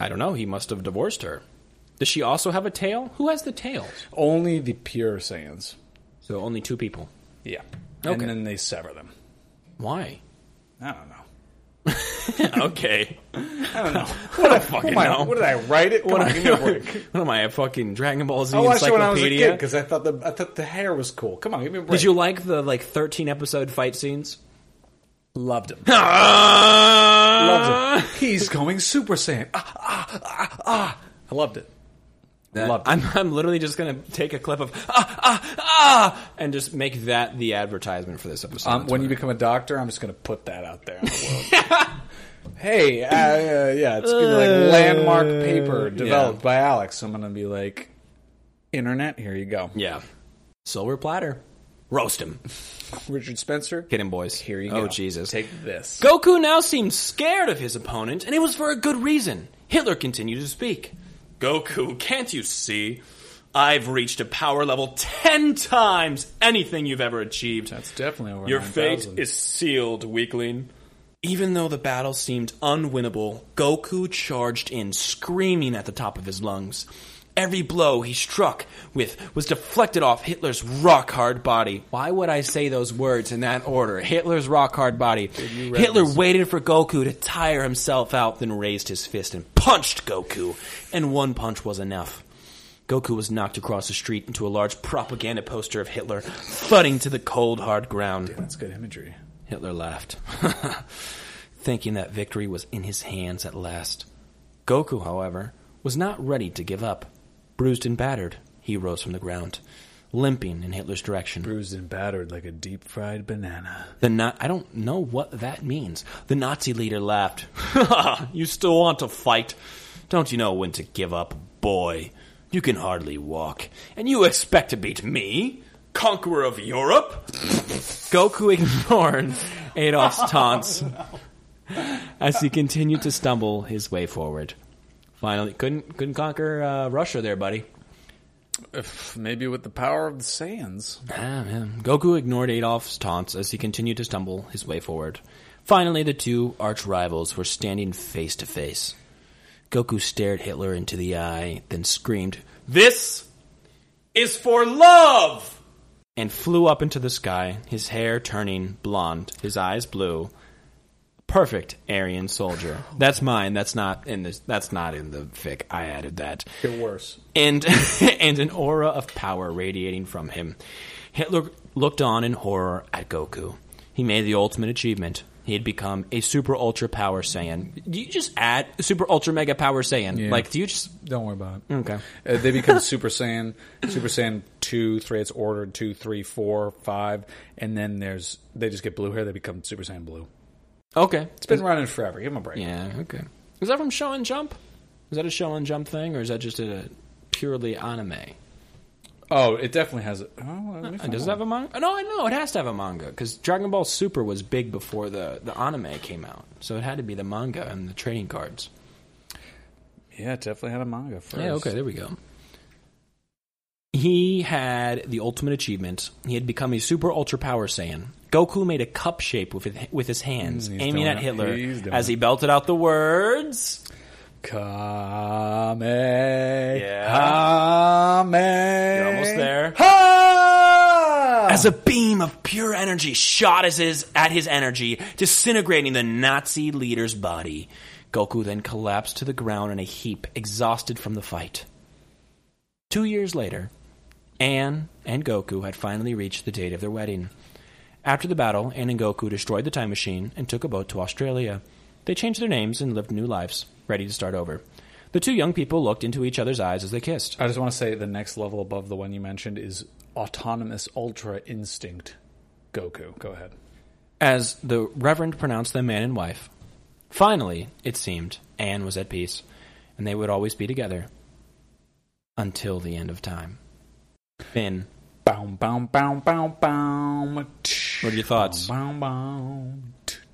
I don't know. He must have divorced her. Does she also have a tail? Who has the tails? Only the pure Saiyans. So only two people. Yeah. And Okay. then they sever them. Why? *laughs* I don't know. okay. I don't know. What I *laughs* fucking What am I- know. What did I write it? What What on, *laughs* give me a break. what am I, a fucking Dragon Ball Z I watched it when I was a kid encyclopedia? because I thought the I thought the hair was cool. Come on, give me a break. Did you like the like 13 episode fight scenes? *laughs* loved him? Loved *laughs* Loved it. He's going Super Saiyan. Ah, ah, ah, ah. I loved it. Loved it. I'm, I'm literally just going to take a clip of ah, ah, ah, and just make that the advertisement for this episode. *laughs* Um, when you become a doctor, I'm just going to put that out there in the world. hey, uh, uh, yeah, it's gonna be like landmark paper developed by Alex. I'm gonna be like, internet, here you go. *laughs* Yeah. Silver platter. Roast him. Richard Spencer, Hit him, boys. here you oh, go. Jesus. take this. Goku now seemed scared of his opponent, and it was for a good reason. Hitler continued to speak. Goku, can't you see? I've reached a power level ten times anything you've ever achieved. That's definitely over. Your fate 9,000. is sealed, weakling. Even though the battle seemed unwinnable, Goku charged in, screaming at the top of his lungs. Every blow he struck with was deflected off Hitler's rock hard body. Why would I say those words in that order? Hitler's rock hard body. Hitler waited for Goku to tire himself out, then raised his fist and punched Goku, and one punch was enough. Goku was knocked across the street into a large propaganda poster of Hitler, thudding to the cold, hard ground. That's good imagery. Hitler laughed, *laughs* thinking that victory was in his hands at last. Goku, however, was not ready to give up. Bruised and battered, he rose from the ground, limping in Hitler's direction. Bruised and battered like a deep fried banana. The Na- I don't know what that means. The Nazi leader laughed. *laughs* you still want to fight? Don't you know when to give up, boy? You can hardly walk, and you expect to beat me, conqueror of Europe? Goku ignored Adolf's taunts as he continued to stumble his way forward. Finally, couldn't couldn't conquer uh, Russia there, buddy. If- Maybe with the power of the sands. Ah, man. Goku ignored Adolf's taunts as he continued to stumble his way forward. Finally, the two arch rivals were standing face to face. Goku stared Hitler into the eye, then screamed, This is for love! And flew up into the sky, his hair turning blonde, his eyes blue. Perfect Aryan soldier. That's mine. That's not in this. That's not in the fic. I added that Get worse. and *laughs* and an aura of power radiating from him. Hitler looked on in horror at Goku. He made the ultimate achievement. He had become a super ultra power Saiyan. Do you just add super ultra mega power Saiyan? Yeah. Like, do you just Don't worry about it. okay? Uh, they become Super Saiyan, Super Saiyan two, three. It's ordered two, three, four, five, and then there's they just get blue hair. They become Super Saiyan blue. Okay, It's been running forever. Give him a break. yeah, okay. Is that from Show and Jump? Is that a Show and Jump thing, or is that just a purely anime? Oh, it definitely has. Oh, let me And find Uh, does it out. have a manga? No, I know it has to have a manga because Dragon Ball Super was big before the the anime came out, so it had to be the manga and the trading cards. Yeah, it definitely had a manga first. Yeah, okay, there we go. He had the ultimate achievement. He had become a super ultra power Saiyan. Goku made a cup shape with with his hands, Mm, he's aiming doing at it. Hitler He's doing as it. he belted out the words. Kame. Yeah. Kame. You're almost there. Ha! As a beam of pure energy shot as his, at his energy, disintegrating the Nazi leader's body. Goku then collapsed to the ground in a heap, exhausted from the fight. Two years later, Anne and Goku had finally reached the date of their wedding. After the battle, Anne and Goku destroyed the time machine and took a boat to Australia. They changed their names and lived new lives, ready to start over. The two young people looked into each other's eyes as they kissed. I just want to say the next level above the one you mentioned is autonomous ultra instinct Goku. Go ahead. As the Reverend pronounced them man and wife, finally, it seemed, Anne was at peace, and they would always be together until the end of time. Finn, Bow, bow, bow, bow, bow. what are your thoughts? Bow, bow,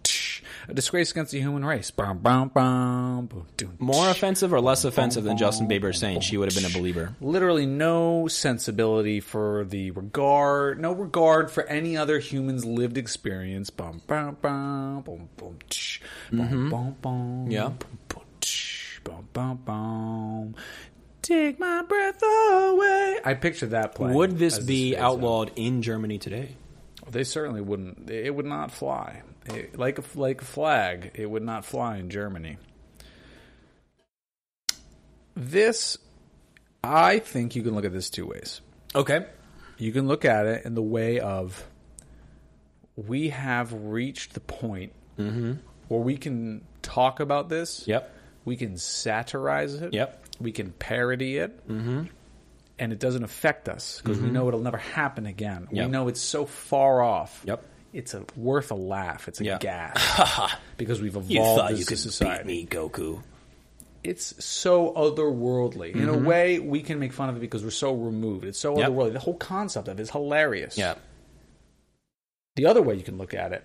tsh. A disgrace against the human race. Bow, bow, bow, bow, doo, More tsh. offensive or less offensive than Justin Bieber saying she would have been a believer? literally no sensibility for the regard, no regard for any other human's lived experience. Bum, bum, bum, bum, bum, tsh, bum, bum, bum, Mm-hmm. Yeah. bum, bum, tsh, bum, bum, bum. Take my breath away. I picture that playing. Would this as be fades outlawed in Germany today? out. They certainly wouldn't. It would not fly. It, like a like a flag, it would not fly in Germany. This, I think you can look at this two ways Okay. you can look at it in the way of we have reached the point where we can talk about this. Mm-hmm. Yep. We can satirize it. Yep. We can parody it. Mm-hmm. And it doesn't affect us because we know it'll never happen again. Mm-hmm. Yep. We know it's so far off. Yep. it's a worth a laugh. It's a Yeah. *laughs* gasp because we've evolved You thought as you a could society. beat me, Goku. It's so otherworldly. In a way, we can make fun of it because we're so removed. It's so Yep. otherworldly. The whole concept of it is hilarious. Yeah. The other way you can look at it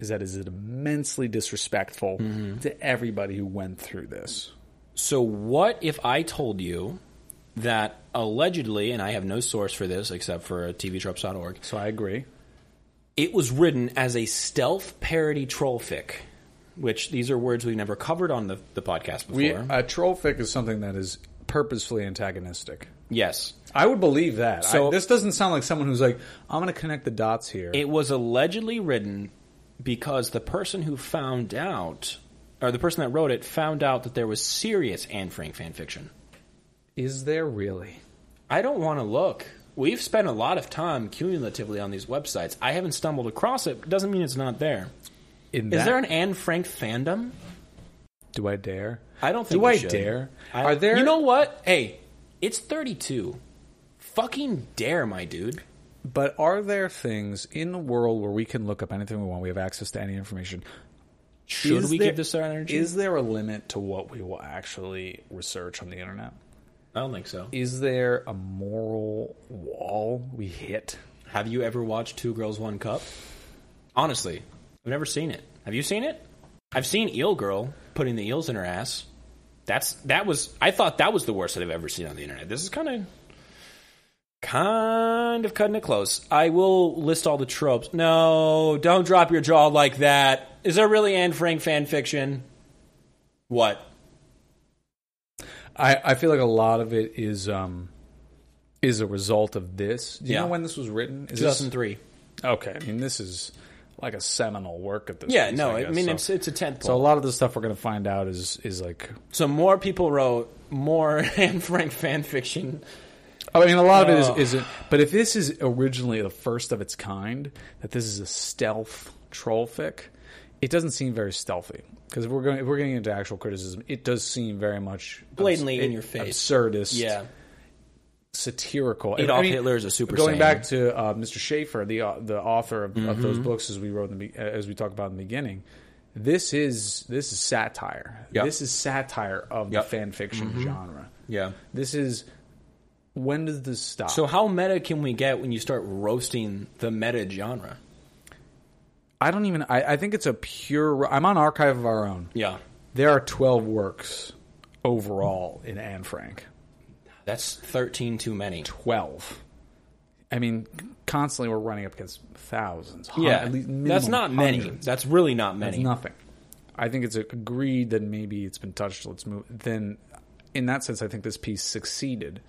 is that it is immensely disrespectful to everybody who went through this. So what if I told you that allegedly, and I have no source for this except for tvtropes.org, So I agree. it was written as a stealth parody troll fic, which these are words we've never covered on the, the podcast before. We, a troll fic is something that is purposefully antagonistic. yes. I would believe that. So- I, this doesn't sound like someone who's like, I'm going to connect the dots here. It was allegedly written because the person who found out, or the person that wrote it, found out that there was serious Anne Frank fan fiction. Is there really? I don't want to look. We've spent a lot of time cumulatively on these websites. I haven't stumbled across it. Doesn't mean it's not there. In Is that- there an Anne Frank fandom? Do I dare? I don't think Do we I should. dare? I- Are there? You know what? Hey, it's 32. Fucking dare, my dude. But are there things in the world where we can look up anything we want? We have access to any information. Should Is we there- give this our energy? Is there a limit to what we will actually research on the internet? I don't think so. Is there a moral wall we hit? Have you ever watched Two Girls One Cup? Honestly, I've never seen it. Have you seen it? I've seen Eel Girl putting the eels in her ass. That's that was I thought that was the worst that I've ever seen on the internet. This is kind of kind of cutting it close. I will list all the tropes. No, don't drop your jaw like that. Is there really Anne Frank fan fiction? What? I, I feel like a lot of it is um is a result of this. Do you Yeah. know when this was written? Is this, 2003. okay, I mean this is like a seminal work at this. Yeah, piece, no, I, guess, mean so. it's it's a tent so a lot of the stuff we're going to find out is is like so more people wrote more *laughs* Anne Frank fan fiction I mean, a lot Oh. of it is, isn't. But if this is originally the first of its kind, that this is a stealth troll fic, it doesn't seem very stealthy. Because if we're going, if we're getting into actual criticism, it does seem very much abs- Blatantly in it- your face. absurdist, Yeah. satirical. Adolf Hitler is a super Going Saiyan. back to uh, Mr. Schaefer, the au- the author of, of Mm-hmm. those books, as we wrote in the, be- uh, as we talked about in the beginning. This is this is satire. Yep. This is satire of Yep. the fan fiction Mm-hmm. genre. Yeah. This is when does this stop? So how meta can we get when you start roasting the meta genre? I don't even. I, I think it's a pure. I'm on Archive of Our Own. Yeah. There are 12 works overall in Anne Frank. That's 13 too many. 12. I mean, constantly we're running up against thousands. hun- Yeah. at least That's minimum not many. hundreds. That's really not many. It's nothing. I think it's agreed that maybe it's been touched. Let's move. Then, in that sense, I think this piece succeeded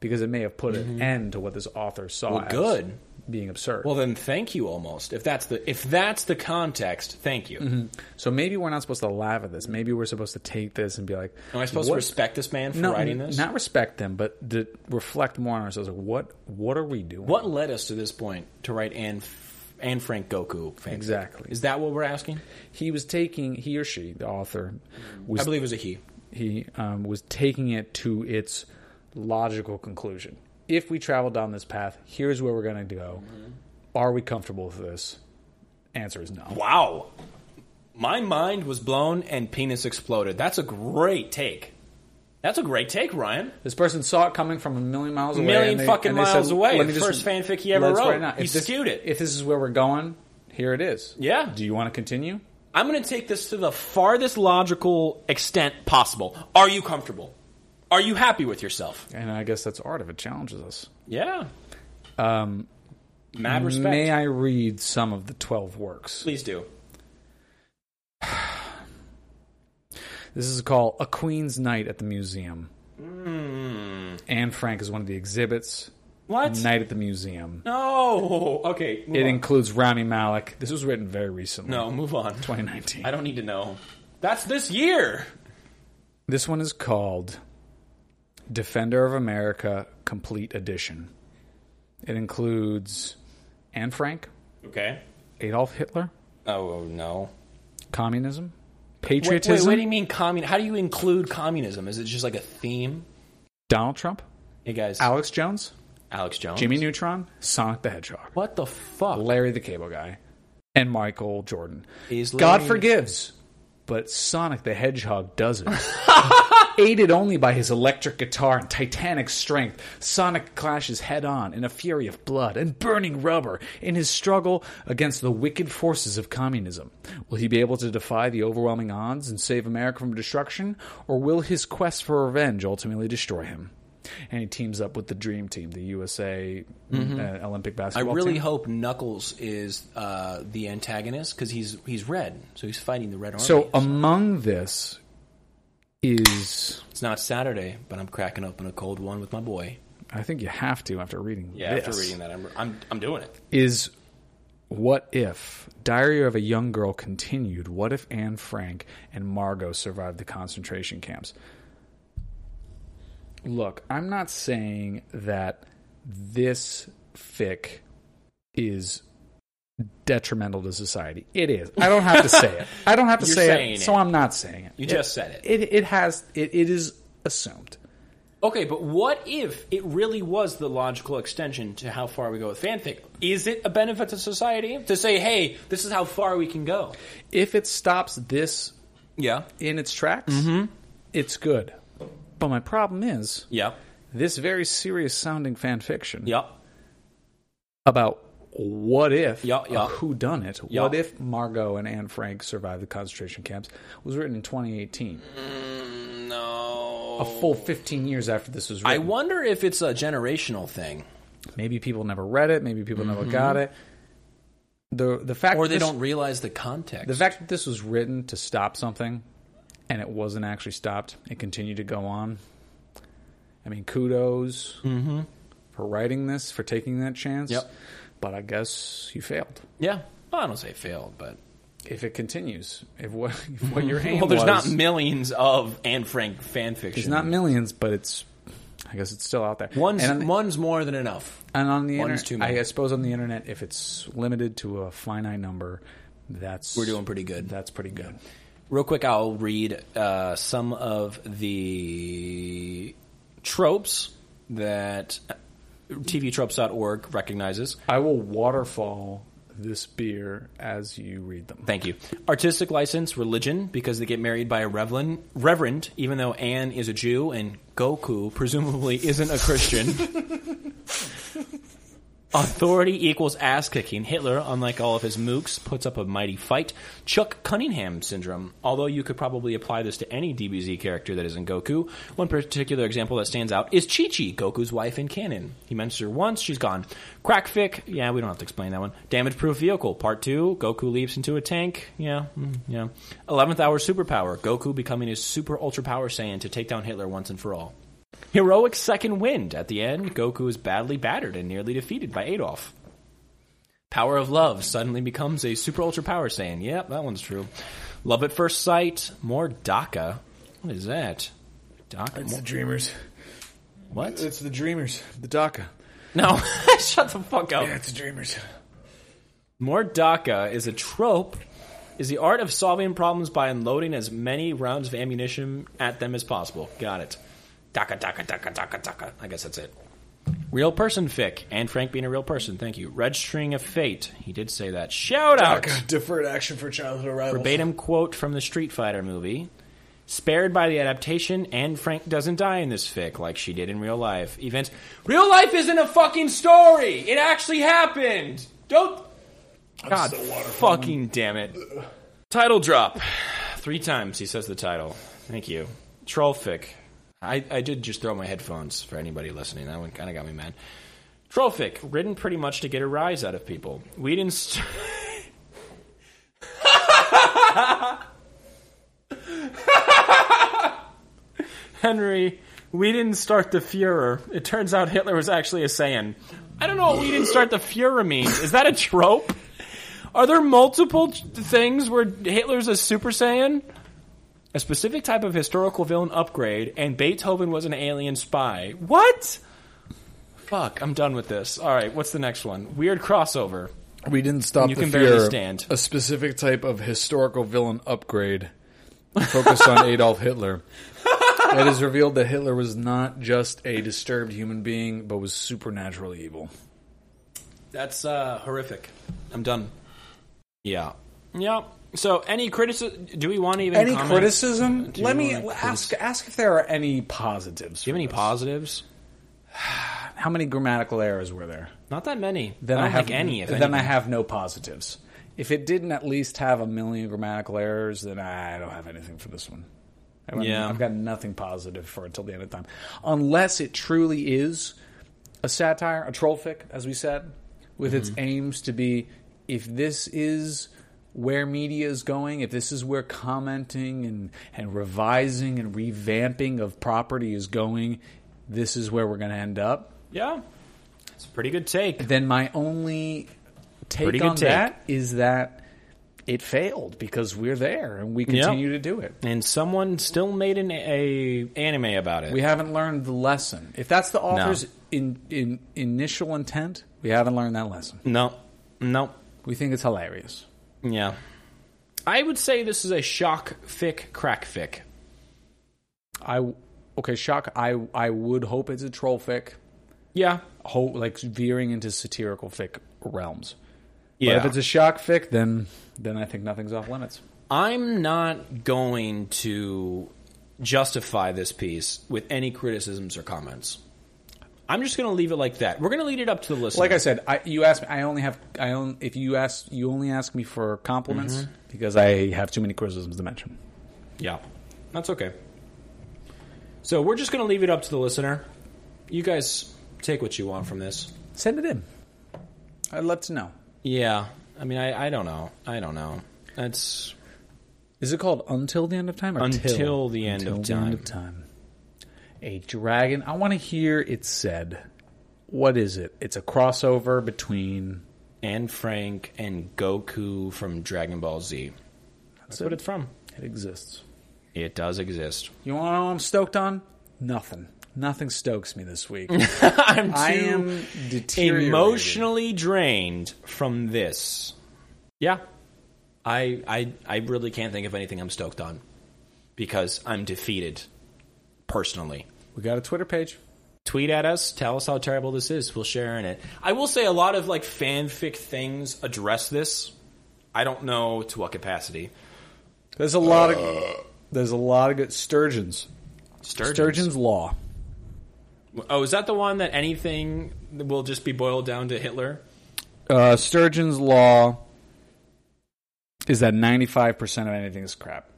because it may have put an end to what this author saw. as Mm-hmm. good. being absurd. well then thank you almost. If that's the if that's the context, thank you. so maybe we're not supposed to laugh at this. Maybe we're supposed to take this and be like, Am I supposed to what- respect this man for writing this? Not respect them, but to reflect more on ourselves. Like, what what are we doing? what led us to this point to write Anne F- Anne Frank Goku fan? Exactly. Is that what we're asking? He was taking he or she, the author, Mm-hmm. I was believe it was a he. he um, was taking it to its logical conclusion. If we travel down this path, here's where we're going to go. Mm-hmm. Are we comfortable with this? Answer is no. Wow. My mind was blown and penis exploded. That's a great take. That's a great take, Ryan. This person saw it coming from a million miles away. Million and they- fucking and they miles said, away, "Let me the just- first fanfic he ever let's wrote. write now." He If this- skewed it. If this is where we're going, here it is. Yeah. Do you want to continue? I'm going to take this to the farthest logical extent possible. Are you comfortable? Are you happy with yourself? And I guess that's art if it challenges us. Yeah. Um, Mad respect. May I read some of the 12 works? Please do. This is called A Queen's Night at the Museum. Hmm. Anne Frank is one of the exhibits. What? Night at the Museum. No. Okay. Move It on. includes Rami Malik. This was written very recently. no, move on. 2019. I don't need to know. That's this year. This one is called Defender of America Complete Edition. It includes Anne Frank, Okay. Adolf Hitler, Oh, no. communism, Wait, wait, patriotism, what do you mean commun? How do you include communism? Is it just like a theme? Donald Trump, Hey guys, Alex Jones, Alex Jones. Jimmy Neutron, Sonic the Hedgehog. What the fuck? Larry the Cable Guy, and Michael Jordan. Is God Larry- forgives, but Sonic the Hedgehog *laughs* doesn't. Aided only by his electric guitar and titanic strength, Sonic clashes head on in a fury of blood and burning rubber in his struggle against the wicked forces of communism. Will he be able to defy the overwhelming odds and save America from destruction, or will his quest for revenge ultimately destroy him? And he teams up with the Dream Team, the USA uh, Olympic Mm-hmm. I basketball really team. hope Knuckles is uh, the antagonist because he's he's red, so he's fighting the red army. So among this is it's not Saturday, but I'm cracking open a cold one with my boy. I think you have to after reading Yeah, this after reading that, I'm I'm, I'm doing it. is what if Diary of a Young Girl continued? What if Anne Frank and Margot survived the concentration camps? Look, I'm not saying that this fic is detrimental to society. It is. I don't have to say it. I don't have to *laughs* You're say saying it, it. so I'm not saying it. You just said it. It it has it, it is assumed. Okay, but what if it really was the logical extension to how far we go with fanfic? Is it a benefit to society to say, "Hey, this is how far we can go"? If it stops this Yeah, in its tracks, Mm-hmm. it's good. But my problem is yeah, this very serious sounding fan fiction yeah. about what if Yeah, yeah. who done it Yeah. what if margot and anne frank survived the concentration camps was written in 2018 Mm, No, a full 15 years after this was I written wonder if it's a generational thing, maybe people never read it maybe people never got it the the fact Mm-hmm. or they this- don't realize the context. The fact that this was written to stop something and it wasn't actually stopped, it continued to go on. I mean, kudos for writing this, for taking that chance. Mm-hmm. Yep. But I guess you failed. yeah, well, I don't say failed, but If it continues, if what, *laughs* if *laughs* what your aim well, there's was, not millions of Anne Frank fanfiction. it's not millions, but it's, I guess it's still out there. one's and on the, one's more than enough. and on the one's internet, too many. I suppose on the internet, if it's limited to a finite number, that's We're doing pretty good. That's pretty good. Real quick, I'll read uh, some of the tropes that TVTropes.org recognizes. I will waterfall this beer as you read them. Thank you. Artistic license, religion, because they get married by a reverend, reverend even though Anne is a Jew and Goku presumably isn't a Christian. Authority equals ass kicking. Hitler, unlike all of his mooks, puts up a mighty fight. Chuck Cunningham syndrome. Although you could probably apply this to any DBZ character that isn't Goku, one particular example that stands out is Chi Chi, Goku's wife in canon. He mentions her once, she's gone. Crackfic, yeah, we don't have to explain that one. Damage proof vehicle, part two, Goku leaps into a tank, yeah, mm, yeah. 11th hour superpower, Goku becoming his super ultra power Saiyan to take down Hitler once and for all. Heroic second wind. At the end, Goku is badly battered and nearly defeated by Adolf. Power of love suddenly becomes a super ultra power Saiyan. Yep, that one's true. Love at first sight. More DACA. What is that? DACA? Mo- Dreamers. What? It's the Dreamers. The DACA. No, *laughs* shut the fuck up. it's the Dreamers. More DACA is a trope. Is the art of solving problems by unloading as many rounds of ammunition at them as possible. Got it. DACA, DACA, DACA, DACA, DACA. I guess that's it. Real person fic. And Frank being a real person. Thank you. Registering a fate. He did say that. Shout out. Deferred action for childhood arrival. Verbatim quote from the Street Fighter movie. Spared by the adaptation, Anne Frank doesn't die in this fic like she did in real life. Events. Real life isn't a fucking story! It actually happened! Don't. God still waterfalling. fucking damn it. Title drop. Three times he says the title. Thank you. Troll fic. I, I did just throw my headphones for anybody listening. That one kind of got me mad. Troll fic. Written pretty much to get a rise out of people. We didn't. *laughs* St- Henry, we didn't start the Fuhrer. It turns out Hitler was actually a Saiyan. I don't know what we didn't start the Fuhrer means. Is that a trope? Are there multiple t- things where Hitler's a Super Saiyan? A specific type of historical villain upgrade, and Beethoven was an alien spy. What? Fuck, I'm done with this. Alright, what's the next one? Weird crossover. We didn't stop You the can barely Fuhrer. stand. A specific type of historical villain upgrade focused on Adolf *laughs* Hitler. It is revealed that Hitler was not just a disturbed human being, but was supernaturally evil. That's uh, horrific. I'm done. Yeah. Yeah. So, any criticism? Do we want to even Any comment? criticism? Do you Let me wanna ask critic- ask if there are any positives. Do you have any positives? How many grammatical errors were there? Not that many. Then I I, don't have think any. If Then anything. I have no positives. If it didn't at least have a million grammatical errors, then I don't have anything for this one. I've got- Yeah. I've got nothing positive for it till the end of time, unless it truly is a satire, a trollfic, as we said, with its Mm-hmm. aims to be if this is where media is going, if this is where commenting and, and revising and revamping of property is going, this is where we're going to end up Yeah. It's a pretty good take. then my only take Pretty good on take. that is that it failed because we're there and we continue to do it. And someone still made an a anime about it. We haven't learned the lesson. If that's the author's in, in initial intent, we haven't learned that lesson. no. No. We think it's hilarious. Yeah. I would say this is a shock fic crack fic. I okay, shock. I I would hope it's a troll fic, Yeah. hope like veering into satirical fic realms. Yeah. But if it's a shock fic, then then I think nothing's off limits. I'm not going to justify this piece with any criticisms or comments. I'm just going to leave it like that. We're going to lead it up to the listener. like I said, I, you asked me. I only have. I own. If you ask, you only ask me for compliments Mm-hmm. because I have too many criticisms to mention. yeah, that's okay. So we're just going to leave it up to the listener. You guys take what you want from this. Send it in. I'd love to know. Yeah, I mean, I, I don't know. I don't know. That's Is it called until the end of time or Until Till? the End Until of the end Time. of time? A dragon. I want to hear it said. What is it? It's a crossover between. Anne Frank and Goku from Dragon Ball Z. That's what it's from. It exists. It does exist. You want to know what I'm stoked on? Nothing. Nothing stokes me this week. *laughs* I'm too I am deteriorating. emotionally drained from this. Yeah. I I I really can't think of anything I'm stoked on because I'm defeated personally. We got a Twitter page. Tweet at us, tell us how terrible this is. We'll share in it. I will say a lot of like fanfic things address this. I don't know to what capacity. There's a lot of there's a lot of good sturgeons. Sturgeons. Sturgeon's Law. Oh, is that the one that anything will just be boiled down to Hitler? Uh, Sturgeon's Law is that 95% of anything is crap.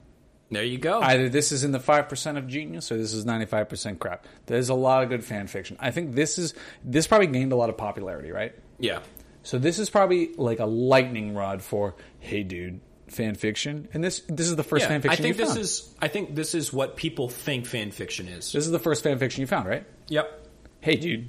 There you go. Either this is in the 5% of genius or this is 95% crap. There's a lot of good fan fiction. I think this is this probably gained a lot of popularity, right? yeah. So this is probably like a lightning rod for hey dude, fan fiction. And this this is the first Yeah, fan I fiction think you this found. is I think this is what people think fan fiction is. this is the first fan fiction you found, right? Yep. Hey dude,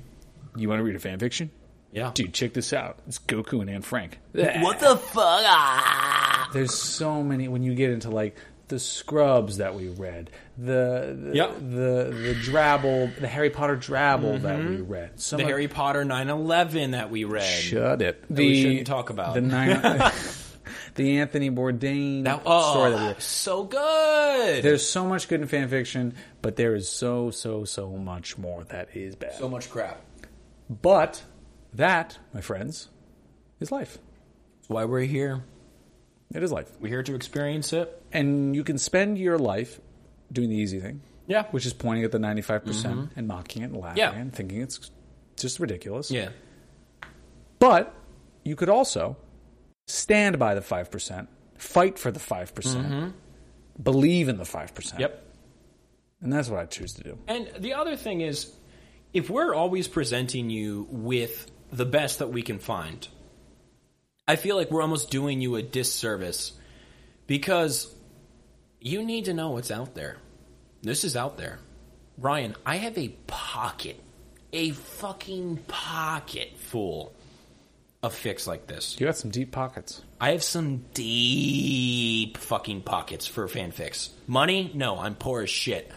you want to read a fan fiction? Yeah. Dude, check this out. It's Goku and Anne Frank. What the fuck? There's so many when you get into like the Scrubs that we read, the the Yep. the, the Drabble, the Harry Potter Drabble that we read. Some Mm-hmm. The of- Harry Potter 9/11 that we read. shut it. The, we shouldn't talk about. the *laughs* nine, *laughs* the Anthony Bourdain That- oh, story that we read. so good. There's so much good in fan fiction, but there is so so so much more that is bad. so much crap. but that, my friends, is life. That's why we're here. It is life. We're here to experience it. and you can spend your life doing the easy thing, Yeah. which is pointing at the 95% percent and mocking it and laughing Mm-hmm. Yeah. and thinking it's just ridiculous. Yeah. But you could also stand by the 5%, fight for the 5%, percent believe in the 5%. Mm-hmm. Yep. And that's what I choose to do. And the other thing is, if we're always presenting you with the best that we can find, I feel like we're almost doing you a disservice because you need to know what's out there. This is out there. Ryan, I have a pocket, a fucking pocket full of fix like this. You got some deep pockets. I have some deep fucking pockets for fanfics. Money? No, I'm poor as shit.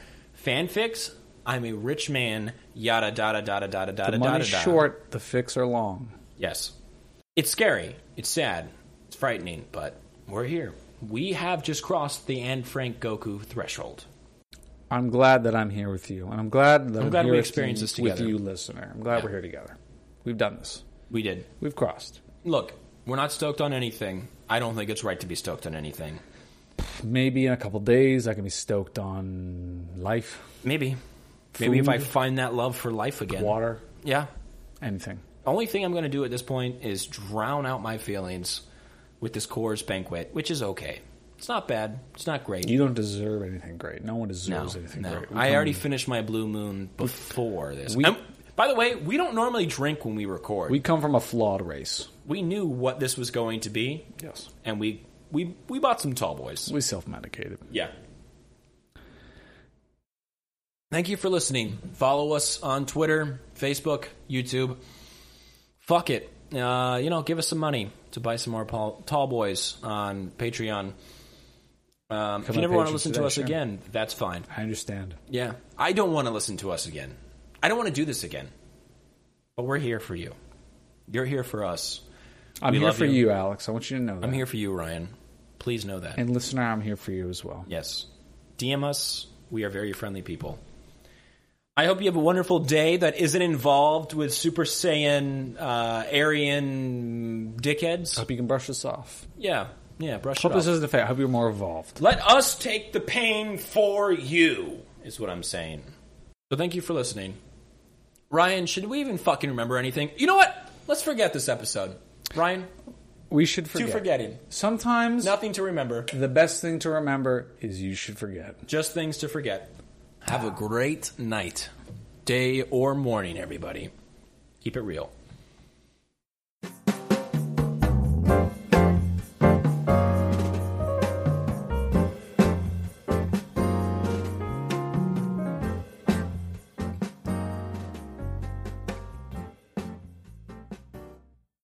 Fanfics? I'm a rich man. Yada da da da da da da da The da da. money's short, the fix are long. Yes. It's scary. It's sad. It's frightening. But we're here. We have just crossed the Anne Frank Goku threshold. I'm glad that I'm here with you, and I'm glad that I'm, glad here we with experienced you- this with together. you, listener. I'm glad we're here together. We've done this. We did. We've crossed. Look, we're not stoked on anything. I don't think it's right to be stoked on anything. Maybe in a couple days I can be stoked on life, Maybe. Maybe if I Food. find that love for life again. water, Yeah. anything. Only thing I'm going to do at this point is drown out my feelings with this Coors banquet, which is okay. It's not bad. It's not great. You don't deserve anything great. No one no, deserves anything no. great. We I come- already finished my blue moon before this. we- And by the way, we don't normally drink when we record. we We, come from a flawed race. knew what this was going to be, Yes, and we we we bought some tall boys. we self-medicated. Yeah. Thank you for listening. Follow us on Twitter, Facebook, YouTube. Fuck it. Uh, you know, give us some money to buy some more Paul, Tall Boys on Patreon. Um, if Come you on never want Patreon to listen to today, us sure. again, that's fine. I understand. Yeah. I don't want to listen to us again. I don't want to do this again. But we're here for you. You're here for us. I'm We here love for you. you. Alex. I want you to know that. I'm here for you, Ryan. Please know that. And listener, I'm here for you as well. Yes. DM us. We are very friendly people. I hope you have a wonderful day that isn't involved with Super Saiyan uh, Aryan dickheads. Hope you can brush this off. Yeah. Yeah. Brush Uh, Hope it this off. isn't a fact. Hope you're more evolved. Let us take the pain for you, is what I'm saying. So thank you for listening. Ryan, should we even fucking remember anything? You know what? Let's forget this episode. Ryan, We should too forget. forgetting. Sometimes Nothing to remember, the best thing to remember is you should forget. just things to forget. Have a great night, day, or morning, everybody. Keep it real.